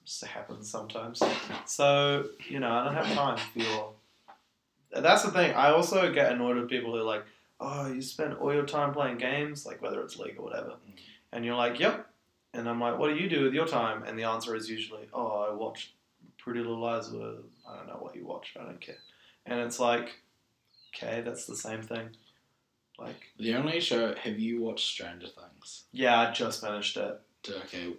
B: Just happens sometimes. So, you know, I don't have time for your. That's the thing. I also get annoyed with people who are like, oh, you spend all your time playing games, like whether it's League or whatever.
C: Mm-hmm.
B: And you're like, yep. And I'm like, what do you do with your time? And the answer is usually, oh, I watch Pretty Little Lies. Or I don't know what you watch. I don't care. And it's like, okay, that's the same thing. Like,
C: the only show. Have you watched Stranger Things?
B: yeah, I just finished it.
C: D- Okay,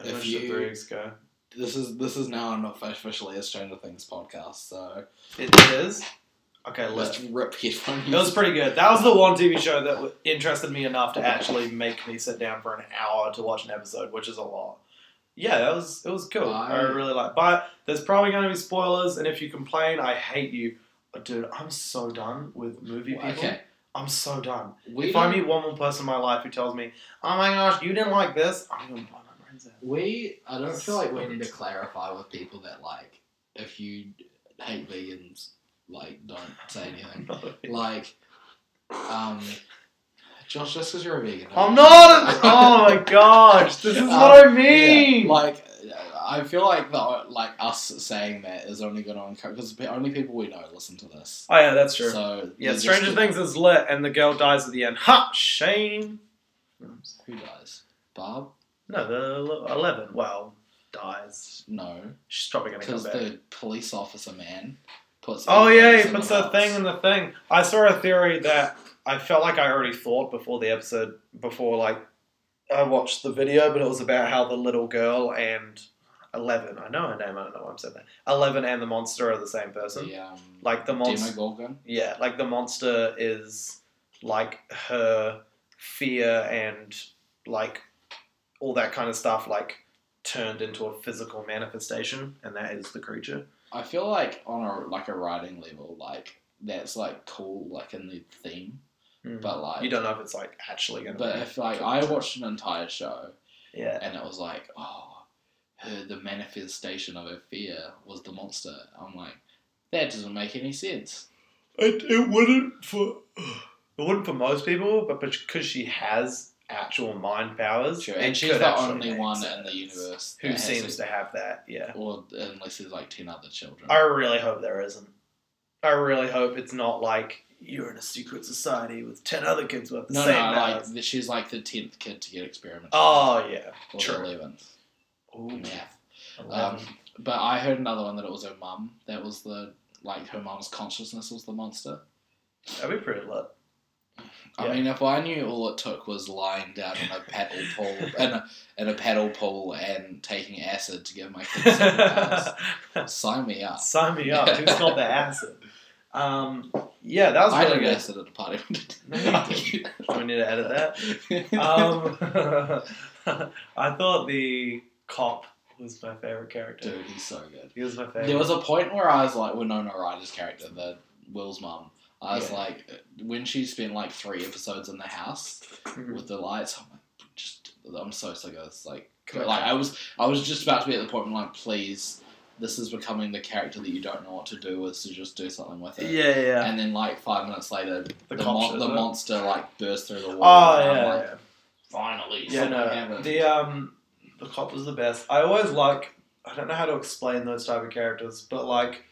B: I
C: If
B: finished it
C: you-
B: three weeks ago.
C: this is this is now not officially a Stranger Things podcast, so
B: It is. Okay, let's
C: let's rip headphone
B: It was
C: music.
B: pretty good. That was the one TV show that w- interested me enough to actually make me sit down for an hour to watch an episode, which is a lot. Yeah, that was it was cool. I,
C: I-
B: really like. But there's probably going to be spoilers, and if you complain, I hate you, But dude. I'm so done with movie people.
C: Okay,
B: I'm so done.
C: we
B: if I
C: didn't-
B: meet one more person in my life who tells me, "Oh my gosh, you didn't like this," I'm gonna blow my brains out.
C: we I don't feel like we need to clarify with people that like if you hate vegans, like don't say anything. Like, um, Josh, just because you're a vegan,
B: I'm not. A, oh my gosh, this is what I mean.
C: Uh, Yeah, like, I feel like the, like us saying that is only going to encourage because the only people we know listen to this.
B: oh yeah, that's true.
C: So
B: Yeah,
C: they're
B: Stranger
C: just-
B: Things is lit, and the girl dies at the end. Ha! Shame.
C: Who dies? Barb?
B: No, the eleven. Well, dies.
C: No,
B: She's probably gonna come
C: because
B: back.
C: the police officer man puts.
B: Oh yeah,
C: earplugs
B: he
C: in
B: puts
C: the
B: that thing
C: house.
B: in the thing. I saw a theory that I felt like I already thought before the episode, before like I watched the video, but it was about how the little girl and Eleven. I know her name. I don't know why I'm saying that. Eleven and the monster are the same person.
C: The, um,
B: Like the monster.
C: Demogorgon.
B: Yeah, like the monster is like her fear and like all that kind of stuff, like turned into a physical manifestation, and that is the creature.
C: I feel like on a like a writing level, like that's like cool, like in the theme, but like
B: you don't know if it's like actually gonna.
C: Hmm. But
B: be.
C: if like I watched an entire show
B: yeah,
C: and it was like, oh, her, the manifestation of her fear was the monster. I'm like, that doesn't make any sense.
B: it, it wouldn't for it wouldn't for most people, but because she has actual mind powers,
C: Sure.
B: it
C: And she's
B: could
C: the
B: actually
C: only
B: make
C: one in
B: sense.
C: the universe
B: who
C: that has
B: seems
C: it.
B: to have that. Yeah,
C: or unless there's like ten other children.
B: I really hope there isn't. I really hope it's not like you're in a secret society with ten other kids who have the
C: no, no,
B: same
C: like
B: powers.
C: the- she's like the tenth kid to get experimented.
B: Oh yeah.
C: on, or
B: true.
C: the eleventh.
B: Oh
C: Math. Um, but I heard another one that it was her mum. That was the like her mum's consciousness was the monster.
B: That'd be pretty lit. Yeah.
C: I mean, if I knew all it took was lying down in a paddle pool in a, in a paddle pool and taking acid to give my kids superpowers, sign me up.
B: Sign me up. Who's got the acid? Um, yeah, that was
C: I
B: really
C: did
B: good.
C: acid at a party.
B: No, you Do we need to edit that? Um, I thought the cop was my favorite character.
C: Dude, he's so good.
B: He was my favorite.
C: There was a point where I was like, Winona Ryder's character, the Will's mum. I was
B: Yeah.
C: like, when she spent like three episodes in the house
B: Mhm.
C: with the lights, I'm like, just I'm so sick of this. Like, Like I was, I was just about to be at the point where I'm like, please, this is becoming the character that you don't know what to do with, so just do something with it.
B: yeah, yeah.
C: And then like five minutes later, the,
B: The cop
C: mon-
B: shows
C: the
B: up.
C: monster like bursts through the wall.
B: Oh
C: and I'm
B: yeah,
C: like,
B: yeah.
C: Finally,
B: Yeah,
C: something
B: no.
C: happened.
B: The um, the cop was the best. I always like. I don't know how to explain those type of characters, but like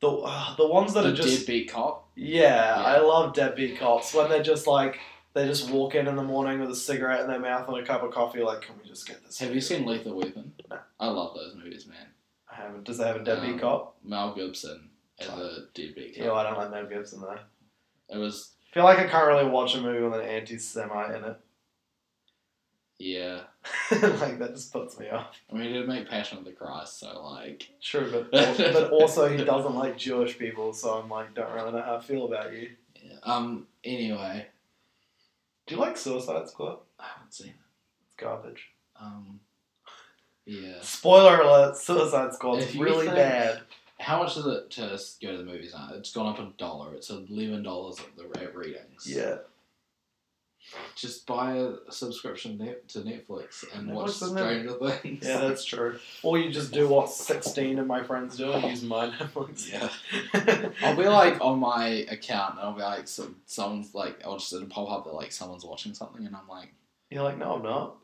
B: the uh, the ones that
C: The
B: are just
C: deadbeat cop.
B: yeah,
C: Yeah.
B: I love deadbeat cops when they're just like they just walk in in the morning with a cigarette in their mouth and a cup of coffee. Like, can we just get this?
C: Have you seen Lethal Weapon?
B: No.
C: I love those movies, man.
B: I haven't. Does they have a deadbeat
C: Um,
B: cop?
C: Mel Gibson as a deadbeat
B: Yeah,
C: cop.
B: I don't like Mel Gibson though. I
C: It was
B: feel like I can't really watch a movie with an anti-Semite in
C: yeah.
B: it. like that just puts me off.
C: I mean, he did make Passion of the Christ, so like,
B: True, but but also he doesn't like Jewish people, so I'm like, don't really know how I feel about you.
C: yeah. um. Anyway,
B: Do you like Suicide Squad?
C: I haven't seen it.
B: It's garbage.
C: Um. Yeah.
B: Spoiler alert: Suicide Squad's
C: If you
B: really
C: think-
B: bad.
C: How much is it to s- go to the movies now? It's gone up a dollar. It's eleven dollars at the rate readings.
B: Yeah,
C: Just buy a subscription net- to Netflix and
B: Netflix
C: watch
B: doesn't have-
C: Stranger Things.
B: yeah, that's true. Or you just do what sixteen of my friends do and use my Netflix. Um,
C: Yeah. I'll be like on my account and I'll be like, some, someone's like, I'll just it'll pop up that like someone's watching something and I'm like,
B: You're like, no, I'm not.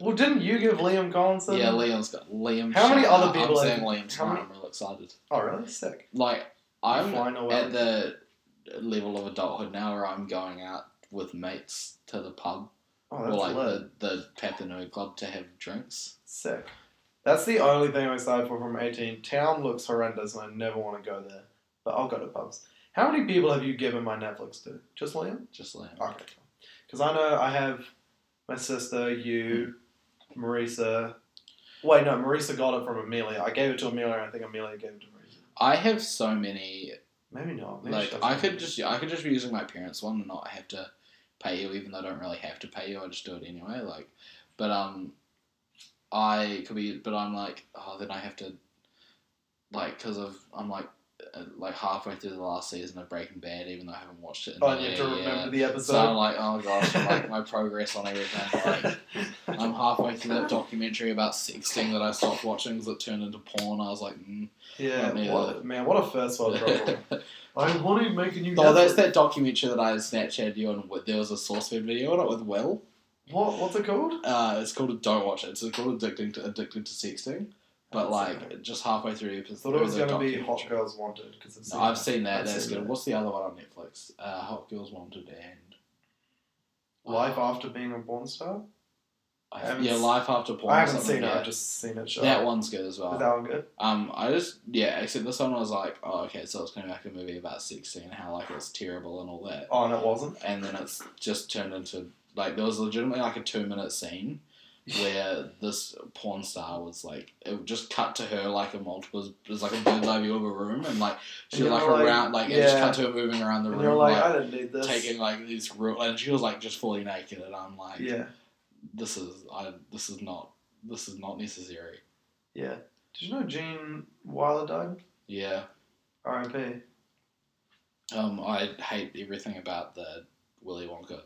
B: Well, didn't you give Liam Collinson?
C: yeah, Liam's got Liam.
B: How many
C: Sharp.
B: other people
C: I'm
B: have-
C: saying Liam
B: how
C: Sharp.
B: many-
C: I'm real excited.
B: Oh, really? Sick.
C: Like I'm
B: Fine, oh, well.
C: at the level of adulthood now where I'm going out with mates to the pub
B: Oh,
C: or
B: that's
C: like
B: lit.
C: the, the Papanui Club to have drinks.
B: Sick. That's the only thing I'm excited for from 18. Town looks horrendous, and I never want to go there. But I'll go to pubs. How many people have you given my Netflix to? Just Liam.
C: Just like
B: Okay. Because I know I have my sister, you, Marisa. Wait, no, Marisa got it from Amelia. I gave it to Amelia, and I think Amelia gave it to Marisa.
C: I have so many
B: Maybe not. Maybe she
C: like
B: doesn't.
C: I could just I could just be using my parents' one and not have to pay you, even though I don't really have to pay you. I just do it anyway. Like, but um, I could be, but I'm like, oh, then I have to, like, because of I'm like, uh, like halfway through the last season of Breaking Bad, even though I haven't watched it. In
B: Oh, and
C: like
B: you have
C: a
B: to
C: year.
B: remember the
C: So I'm
B: episode.
C: like, oh gosh, I'm like my progress on everything. Like, I'm halfway through that documentary about sexting that I stopped watching because it turned into porn. I was like, mm.
B: yeah,
C: Not me,
B: what, man, what a first world problem. I want to make a new.
C: Oh, that's
B: Netflix-
C: that documentary that I Snapchatted you on. There was a SourceFed video on it with Will.
B: What? What's it called?
C: Uh, it's called Don't Watch It. It's called Addicting to, Addicted to Sexting. But,
B: I
C: like, just halfway through the episode.
B: thought it was
C: there a
B: gonna be Hot
C: documentary.
B: Girls Wanted because it's.
C: No, I've seen that.
B: I've
C: that's
B: seen
C: good.
B: that.
C: What's the other one on Netflix? Uh, Hot Girls Wanted and.
B: Life After Being a Porn Star.
C: I-
B: I haven't
C: Uh, yeah,
B: s-
C: Life After Porn. or
B: I haven't
C: something,
B: seen it.
C: yeah.
B: I've just seen it. Show.
C: That one's good as well.
B: Is that one good?
C: Um, I just yeah, except this one was like, oh okay, so it's gonna be like a movie about sexting and how like it was terrible and all that.
B: Oh, and it wasn't.
C: and then it's just turned into like there was legitimately like a two minute scene where this porn star was like it would just cut to her like a multiple it was like a bird's eye view of a room and like she
B: And
C: like
B: you're like,
C: around like it just
B: yeah.
C: cut to her moving around the
B: And
C: room
B: you're like,
C: like,
B: I didn't need this.
C: taking like these real and she was like just fully naked and I'm like
B: Yeah.
C: this is I this is not this is not necessary
B: Yeah. Did you know Gene Wilder died?
C: yeah
B: R.I.P.
C: um I hate everything about the Willy Wonka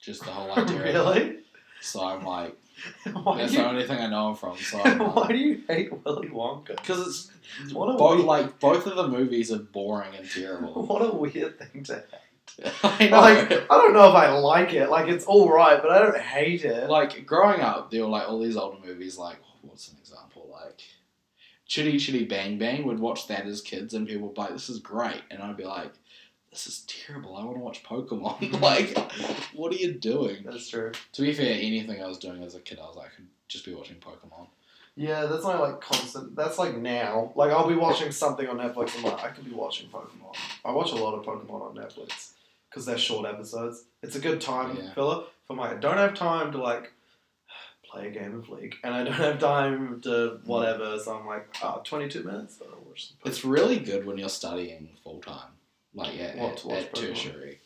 C: just the whole idea of it.
B: really?
C: so I'm like
B: Why
C: that's
B: do,
C: the
B: you,
C: only thing I know him from so I'm like,
B: why do you hate Willy Wonka?
C: Because it's
B: What a
C: both
B: weird-
C: like both of the movies are boring and terrible.
B: What a weird thing to
C: I know.
B: like.
C: Like,
B: I don't know if I like it. Like it's all right, but I don't hate it.
C: growing up, there were like all these older movies. Like what's an example? Like Chitty Chitty Bang Bang. We'd watch that as kids, and people would be like, "This is great," and I'd be like, "This is terrible. I want to watch Pokemon." like, what are you doing?
B: that's true.
C: To be fair, anything I was doing as a kid, I was like, I could just be watching Pokemon.
B: Yeah, that's my like constant. That's like now. Like I'll be watching something on Netflix. I'm like, I could be watching Pokemon. I watch a lot of Pokemon on Netflix because they're short episodes. It's a good time
C: Yeah.
B: filler for my. I don't have time to like play a game of League, and I don't have time to whatever. So I'm like, ah, 22 minutes. But I'll watch some Pokemon.
C: It's really good when you're studying full time, like at,
B: What,
C: at,
B: to watch
C: at
B: Pokemon?
C: tertiary,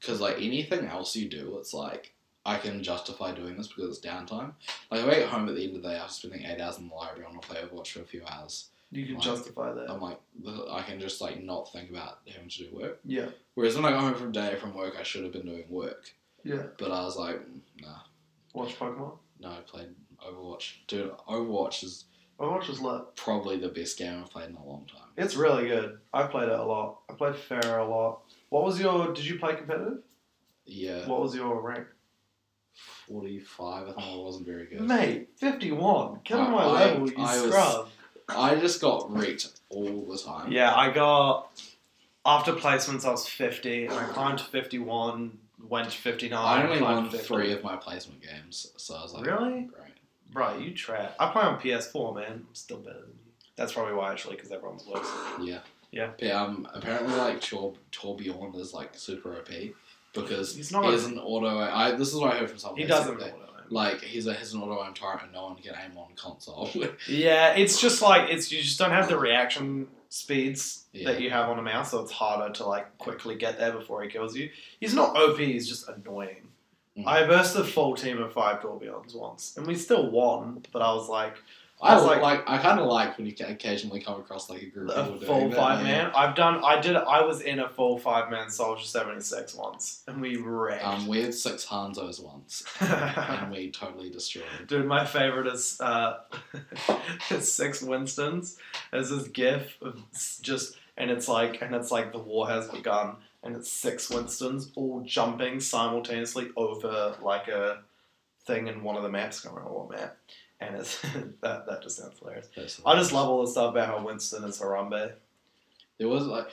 C: because like anything else you do, it's like I can justify doing this because it's downtime. Like if I get home at the end of the day after spending eight hours in the library on a play Overwatch for a few hours,
B: you can
C: like,
B: justify that.
C: I'm like "Ugh," I can just like not think about having to do work.
B: yeah,
C: Whereas when I got home from day from work, I should have been doing work,
B: yeah.
C: but I was like, nah,
B: Watch Pokemon.
C: no, I played Overwatch. Dude, Overwatch is
B: Overwatch was lit.
C: probably the best game I've played in a long time.
B: It's really good. I played it a lot. I played Fair a lot. What was your? Did you play competitive?
C: Yeah,
B: What was your rank?
C: 45. I think I wasn't very good.
B: Mate, fifty-one. Killing my
C: I-
B: level, you
C: I was-
B: scrub.
C: I just got wrecked all the time.
B: Yeah, I got after placements. I was fifty, and I climbed to fifty-one. Went to fifty-nine.
C: I only
B: climbed
C: won
B: 50.
C: three of my placement games, so I was like,
B: Really?
C: Great.
B: Bro, you trash. I play on PS4, man. I'm still better than you. That's probably why, actually, because everyone's worse.
C: Yeah.
B: Yeah.
C: But, um, apparently, like Tor- Torbjorn is like super OP because
B: He's not-
C: He has an auto. I this is what I heard from someone.
B: He
C: they said
B: doesn't.
C: that,
B: roll it, man.
C: Like he's a he's an auto aim turret and no one can aim on console.
B: Yeah, it's just like it's you just don't have the reaction speeds
C: Yeah.
B: that you have on a mouse, so it's harder to like quickly get there before he kills you. He's not OP. He's just annoying.
C: Mhm.
B: I versed a full team of five Torbjorns once, and we still won. But I was like.
C: I
B: That's
C: like,
B: like-
C: I kind of like when you ca- occasionally come across like a group of
B: a
C: people doing
B: full
C: that,
B: five
C: yeah.
B: man. I've done. I did. I was in a full five man Soldier seventy six once, and we wrecked.
C: Um, we had six Hanzos once, and we totally destroyed.
B: Dude, my favorite is uh, is six Winston's. There's this GIF of s- just and it's like and it's like the war has begun, and it's six Winston's all jumping simultaneously over like a thing in one of the maps. I can't remember what map. And it's that that just sounds hilarious.
C: That's
B: I just love all the stuff about how Winston is Harambe.
C: There was like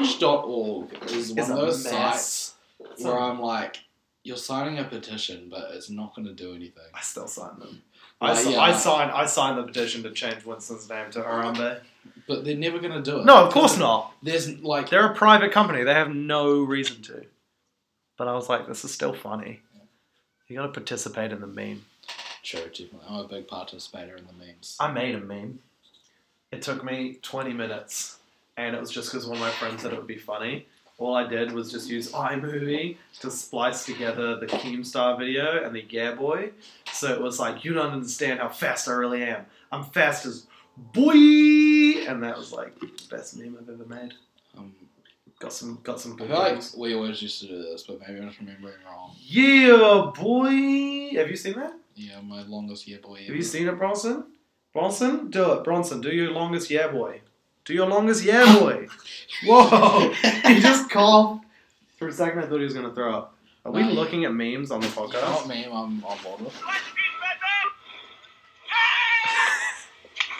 C: change.org is one
B: It's
C: of
B: a
C: those
B: mess.
C: sites
B: It's a
C: where I'm like, you're signing a petition, but it's not going to do anything.
B: I still sign them.
C: Like,
B: I, si-
C: yeah,
B: I
C: like-
B: sign I signed the petition to change Winston's name to Harambe.
C: But they're never going to do it.
B: No, of course not.
C: There's like
B: They're a private company. They have no reason to. But I was like, this is still funny. You gotta participate in the meme.
C: charity. I'm a big participator in the memes.
B: I made a meme. It took me 20 minutes, and it was just because one of my friends said it would be funny. All I did was just use iMovie to splice together the Keemstar video and the Yeah Boy. So it was like, you don't understand how fast I really am. I'm fast as boy, and that was like the best meme I've ever made.
C: Um,
B: Got some, got some.
C: I
B: Good
C: feel like
B: ones.
C: we always used to do this, but maybe I'm just remembering wrong.
B: Yeah, boy. Have you seen that?
C: Yeah, my longest year boy.
B: Have you seen it, Bronson? Bronson, do it. Bronson, do your longest yeah boy. Do your longest yeah boy. Whoa! he just coughed. For a second, I thought he was gonna throw up. Are we
C: Nah.
B: looking at memes on the podcast?
C: Not me. I'm on board with.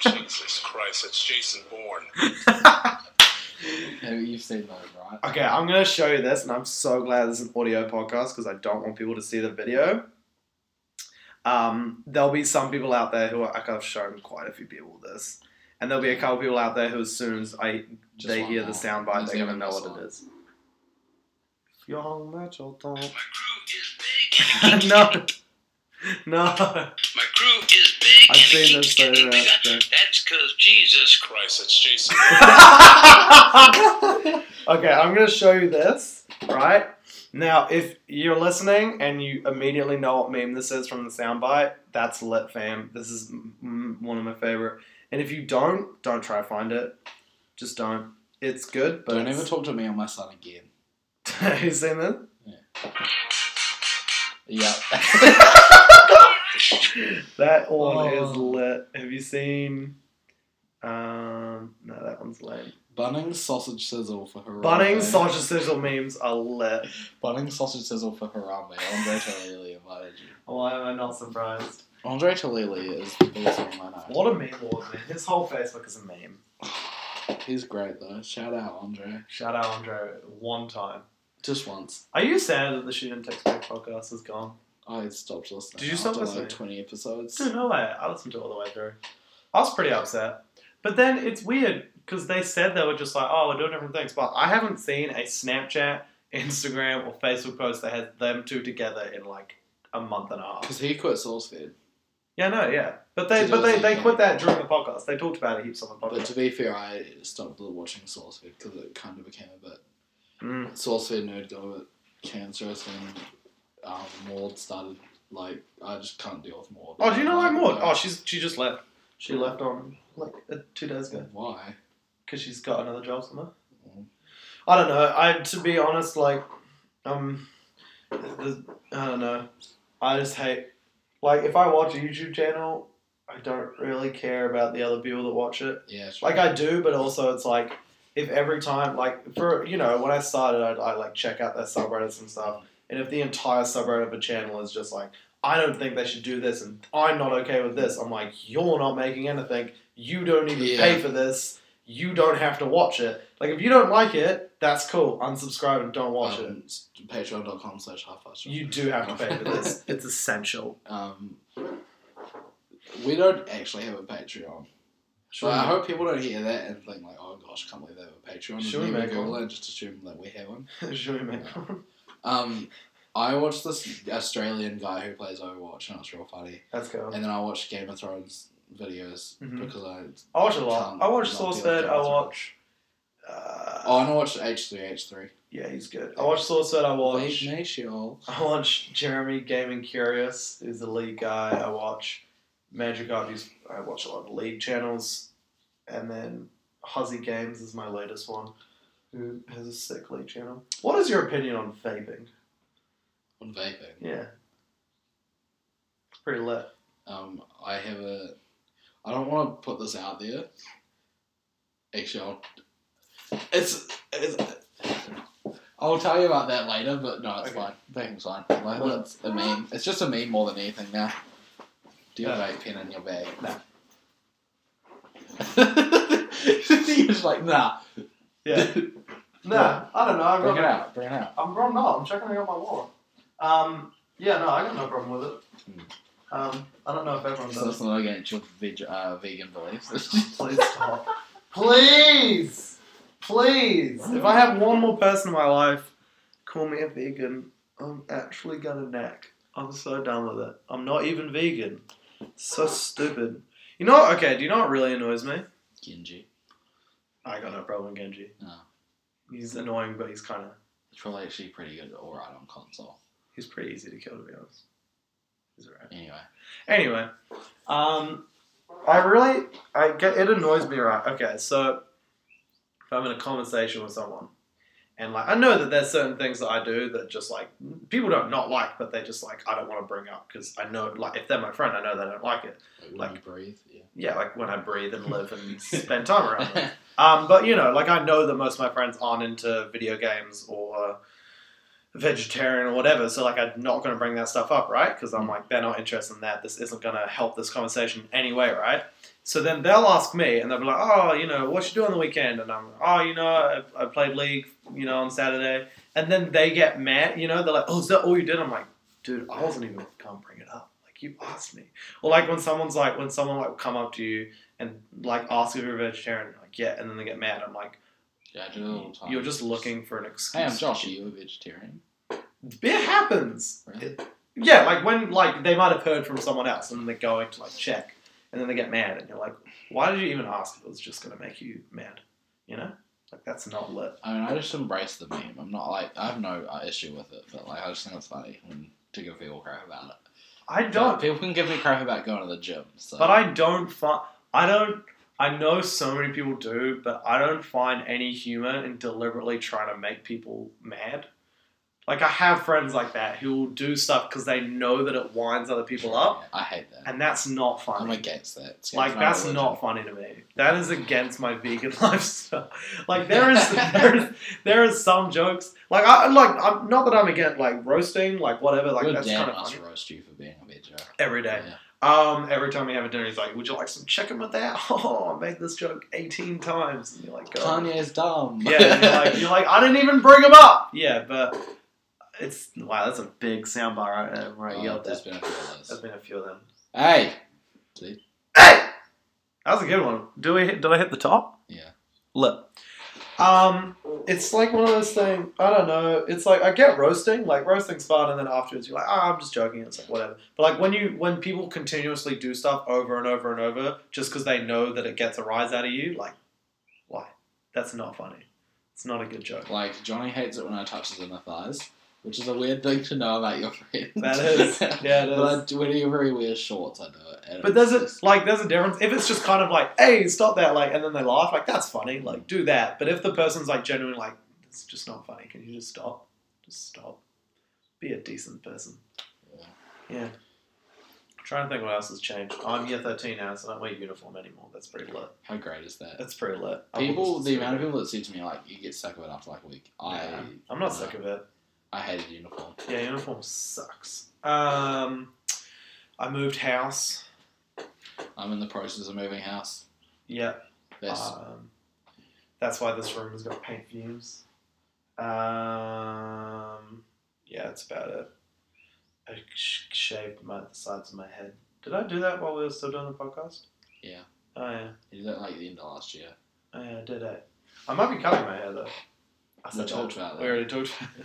D: Jesus Christ, that's Jason Bourne.
C: it. Maybe you've seen those, right?
B: Okay, I'm gonna show you this, and I'm so glad this is an audio podcast because I don't want people to see the video. Um, there'll be some people out there who are, like I've shown quite a few people this, and there'll be a couple people out there who, as soon as I
C: Just
B: they
C: one
B: hear
C: more.
B: the soundbite,
C: There's
B: they're gonna
C: even
B: know
C: this
B: what
C: one.
B: it is. Y'all let your thought-
D: My crew is big.
B: no, no.
D: My crew is big.
B: I've
D: and it
B: seen
D: keeps
B: this so
D: getting bigger.
B: much.
D: That's because Jesus Christ, that's Jason.
B: okay, I'm gonna show you this, right? Now, if you're listening and you immediately know what meme this is from the soundbite, that's lit, fam. This is m- m- one of my favorite. And if you don't, don't try to find it. Just don't. It's good, but
C: Don't ever
B: it's-
C: talk to me and my son again.
B: Have you seen this?
C: Yeah.
B: That one
C: Oh.
B: is lit. Have you seen? Um, no, that one's lame.
C: Bunnings sausage sizzle for Harambe.
B: Bunnings sausage sizzle memes are lit.
C: Bunnings sausage sizzle for Harambe. Andre Tolili invited you.
B: Why am I Oh, not surprised?
C: Andre Tolili is the best one I know.
B: What a meme lord, man. His whole Facebook is a meme.
C: He's great though. Shout out Andre.
B: Shout out Andre one time.
C: Just once.
B: Are you sad that the Shoot and Text Back podcast is gone?
C: I stopped listening.
B: Did you
C: after
B: stop listening?
C: like twenty episodes?
B: Dude, no way. I listened to it all the way through. I was pretty upset. But then it's weird because they said they were just like, oh, we're doing different things. But I haven't seen a Snapchat, Instagram, or Facebook post that had them two together in like a month and a half.
C: Because he quit SourceFed.
B: Yeah, no, yeah. But they
C: To
B: but
C: do
B: they,
C: the
B: they
C: same
B: quit
C: thing.
B: that during the podcast. They talked about it heaps on the
C: But
B: podcast.
C: to be fair, I stopped watching SourceFed because it kind of became a bit
B: Mm.
C: SourceFed nerd got a bit cancerous and um, Maud started like I just can't deal with Maud.
B: Oh, do you know like
C: Like,
B: Maud?
C: no.
B: Oh, she's she just left. She left on like uh, two days ago.
C: Why?
B: because she's got another job somewhere.
C: Mm.
B: I don't know. I to be honest, like, um, the, I don't know. I just hate Like if I watch a YouTube channel, I don't really care about the other people that watch it.
C: Yeah, sure.
B: Like I do, but also it's like if every time, like for you know, when I started, I'd, I like check out their subreddits and stuff, and if the entire subreddit of a channel is just like, I don't think they should do this, and I'm not okay with this, I'm like, you're not making anything. You don't even
C: Yeah.
B: pay for this. You don't have to watch it. Like if you don't like it, that's cool. Unsubscribe and don't watch it.
C: um, s- Patreon.com slash half past.
B: You do have to pay for this. it's essential.
C: Um, we don't actually have a Patreon. So I hope people don't hear that and think like, oh gosh, can't believe they have a Patreon. And
B: Should we
C: people
B: make
C: Google
B: one?
C: it and just assume that we have one.
B: Should we make one?
C: Um, I watched this Australian guy who plays Overwatch and it's real funny.
B: Let's go.
C: And then I watched Game of Thrones videos
B: Mhm.
C: because I
B: I watch a lot.
C: can't
B: I watch
C: Um, not
B: Source
C: deal with
B: Fed.
C: Game
B: I
C: of Thrones.
B: watch. Uh,
C: Oh, and I watched H three H three.
B: Yeah, he's good. I watch Source Fed. I watch.
C: Leave me, Sheol.
B: I watch Jeremy Gaming Curious, who's the lead guy. I watch Magic Art. Who's, I watch a lot of league channels, and then Huzzy Games is my latest one, who has a sick league channel. What is your opinion on vaping?
C: on vaping.
B: Yeah, it's pretty lit.
C: Um, I have a. I don't want to put this out there. Actually, I'll. It's. it's I'll tell you about that later, but no, it's
B: Okay.
C: fine. Vaping's fine. Like, that's a meme. It's just a meme more than anything now. Do you have
B: Yeah.
C: a vape pen in your bag?
B: No.
C: You're just like, nah.
B: Yeah. nah, I don't know. I've
C: Bring it
B: got-
C: out. Bring it out.
B: I'm wrong. No, I'm checking out my wallet. Um, yeah, no, I got no problem with it. Um, I don't know if everyone
C: So Hmm. it's
B: does.
C: not against your veg, uh, vegan beliefs. It's just
B: Please stop. Please, please. If I have one more person in my life call me a vegan, I'm actually gonna knack. I'm so done with it. I'm not even vegan. So stupid. You know what? Okay, do you know what really annoys me?
C: Genji.
B: I got no problem with Genji.
C: No.
B: He's annoying, but he's kind of
C: It's probably actually pretty good, alright on console.
B: he's pretty easy to kill, to be honest. He's alright.
C: Anyway.
B: Anyway, um, I really, I get it annoys me, right? Okay, so if I'm in a conversation with someone, and like I know that there's certain things that I do that just like people don't not like, but they just like I don't want to bring up because I know like if they're my friend, I know they don't like it.
C: Like,
B: Like-
C: you breathe, yeah.
B: Yeah, like when I breathe and live and spend time around them. Um, but you know, like I know that most of my friends aren't into video games or vegetarian or whatever, so like I'm not going to bring that stuff up, right? Because I'm like, they're not interested in that. This isn't going to help this conversation in any way, right? So then they'll ask me, and they'll be like, "Oh, you know, what you do on the weekend?" And I'm, like, "Oh, you know, I, I played league, you know, on Saturday." And then they get mad, you know, they're like, "Oh, is that all you did?" I'm like, "Dude, I wasn't even gonna bring it up. Like you asked me." Or like when someone's like, when someone like will come up to you and like ask if you're vegetarian, like yeah, and then they get mad. I'm like,
C: yeah, I do it all the time.
B: you're just looking for an excuse.
C: Hey, I'm Josh. Are you a vegetarian?
B: It happens.
C: Really?
B: It- yeah, like when like they might have heard from someone else, and they're going to like check, and then they get mad, and you're like, why did you even ask? If it was just gonna make you mad, you know? Like that's not lit.
C: I mean, I just embrace the meme. I'm not like I have no uh, issue with it, but like I just think it's funny when to give people crap about it.
B: I
C: Like,
B: don't,
C: people can give me crap about going to the gym, so
B: but I don't find I don't. I know so many people do, but I don't find any humor in deliberately trying to make people mad. Like I have friends like that who will do stuff because they know that it winds other people up,
C: Yeah, I hate that.
B: and that's not funny.
C: I'm against that. It's
B: Like
C: against my
B: that's
C: religion.
B: not funny to me. That is against my vegan lifestyle. Like there is there is there is some jokes. Like I like I'm not that I'm against like roasting like whatever. Like
C: Your
B: that's
C: dad
B: kind of
C: must
B: funny
C: roast you for being a veggie.
B: every day.
C: Yeah.
B: Um, every time we have a dinner, he's like, "Would you like some chicken with that?" Oh, I made this joke eighteen times, and you're like, "Go."
C: Kanye's dumb.
B: Yeah, and you're like, you're like, I didn't even bring him up. Yeah, but it's wow, that's a big soundbar right there. Where I
C: Oh,
B: yelled
C: there's
B: that.
C: been a few of those.
B: There's been a few of them.
C: Hey,
B: Hey, that was a good one. Do we? Did I hit the top?
C: Yeah.
B: Look, um, it's like one of those things. I don't know. It's like I get roasting. Like roasting's fun, and then afterwards you're like, ah, I'm just joking. It's like whatever. But like when you when people continuously do stuff over and over and over just because they know that it gets a rise out of you, like, why? That's not funny. It's not a good joke.
C: like Johnny hates it when I touch his inner thighs, which is a weird thing to know about your friend.
B: That is, yeah, it is.
C: But I do, whenever he wears shorts, I do it. and
B: But
C: it's
B: there's a
C: just-
B: like there's a difference. If it's just kind of like, hey, stop that, like, and then they laugh, like that's funny, like do that. But if the person's like genuinely like, it's just not funny. Can you just stop? Just stop. Be a decent person.
C: Yeah.
B: Yeah. trying to think what else has changed. I'm year 13 now, so I don't wear uniform anymore. That's pretty lit.
C: How great is that?
B: That's pretty lit. I
C: People,
B: was-
C: the amount of people that said to me like, "You get sick of it after like a week." I,
B: Yeah. I'm not sick of it.
C: I hated uniform.
B: Yeah, uniform sucks. Um, I moved house.
C: I'm in the process of moving house.
B: Yeah,
C: That's
B: Um, that's why this room has got paint fumes. Um, yeah, that's about it. I sh- shaved my, the sides of my head. Did I do that while we were still doing the podcast?
C: Yeah.
B: Oh, yeah.
C: you did that like the end of last year.
B: Oh, yeah, I did it. I might be cutting my hair, though. I
C: We talked about
B: We
C: that.
B: already talked about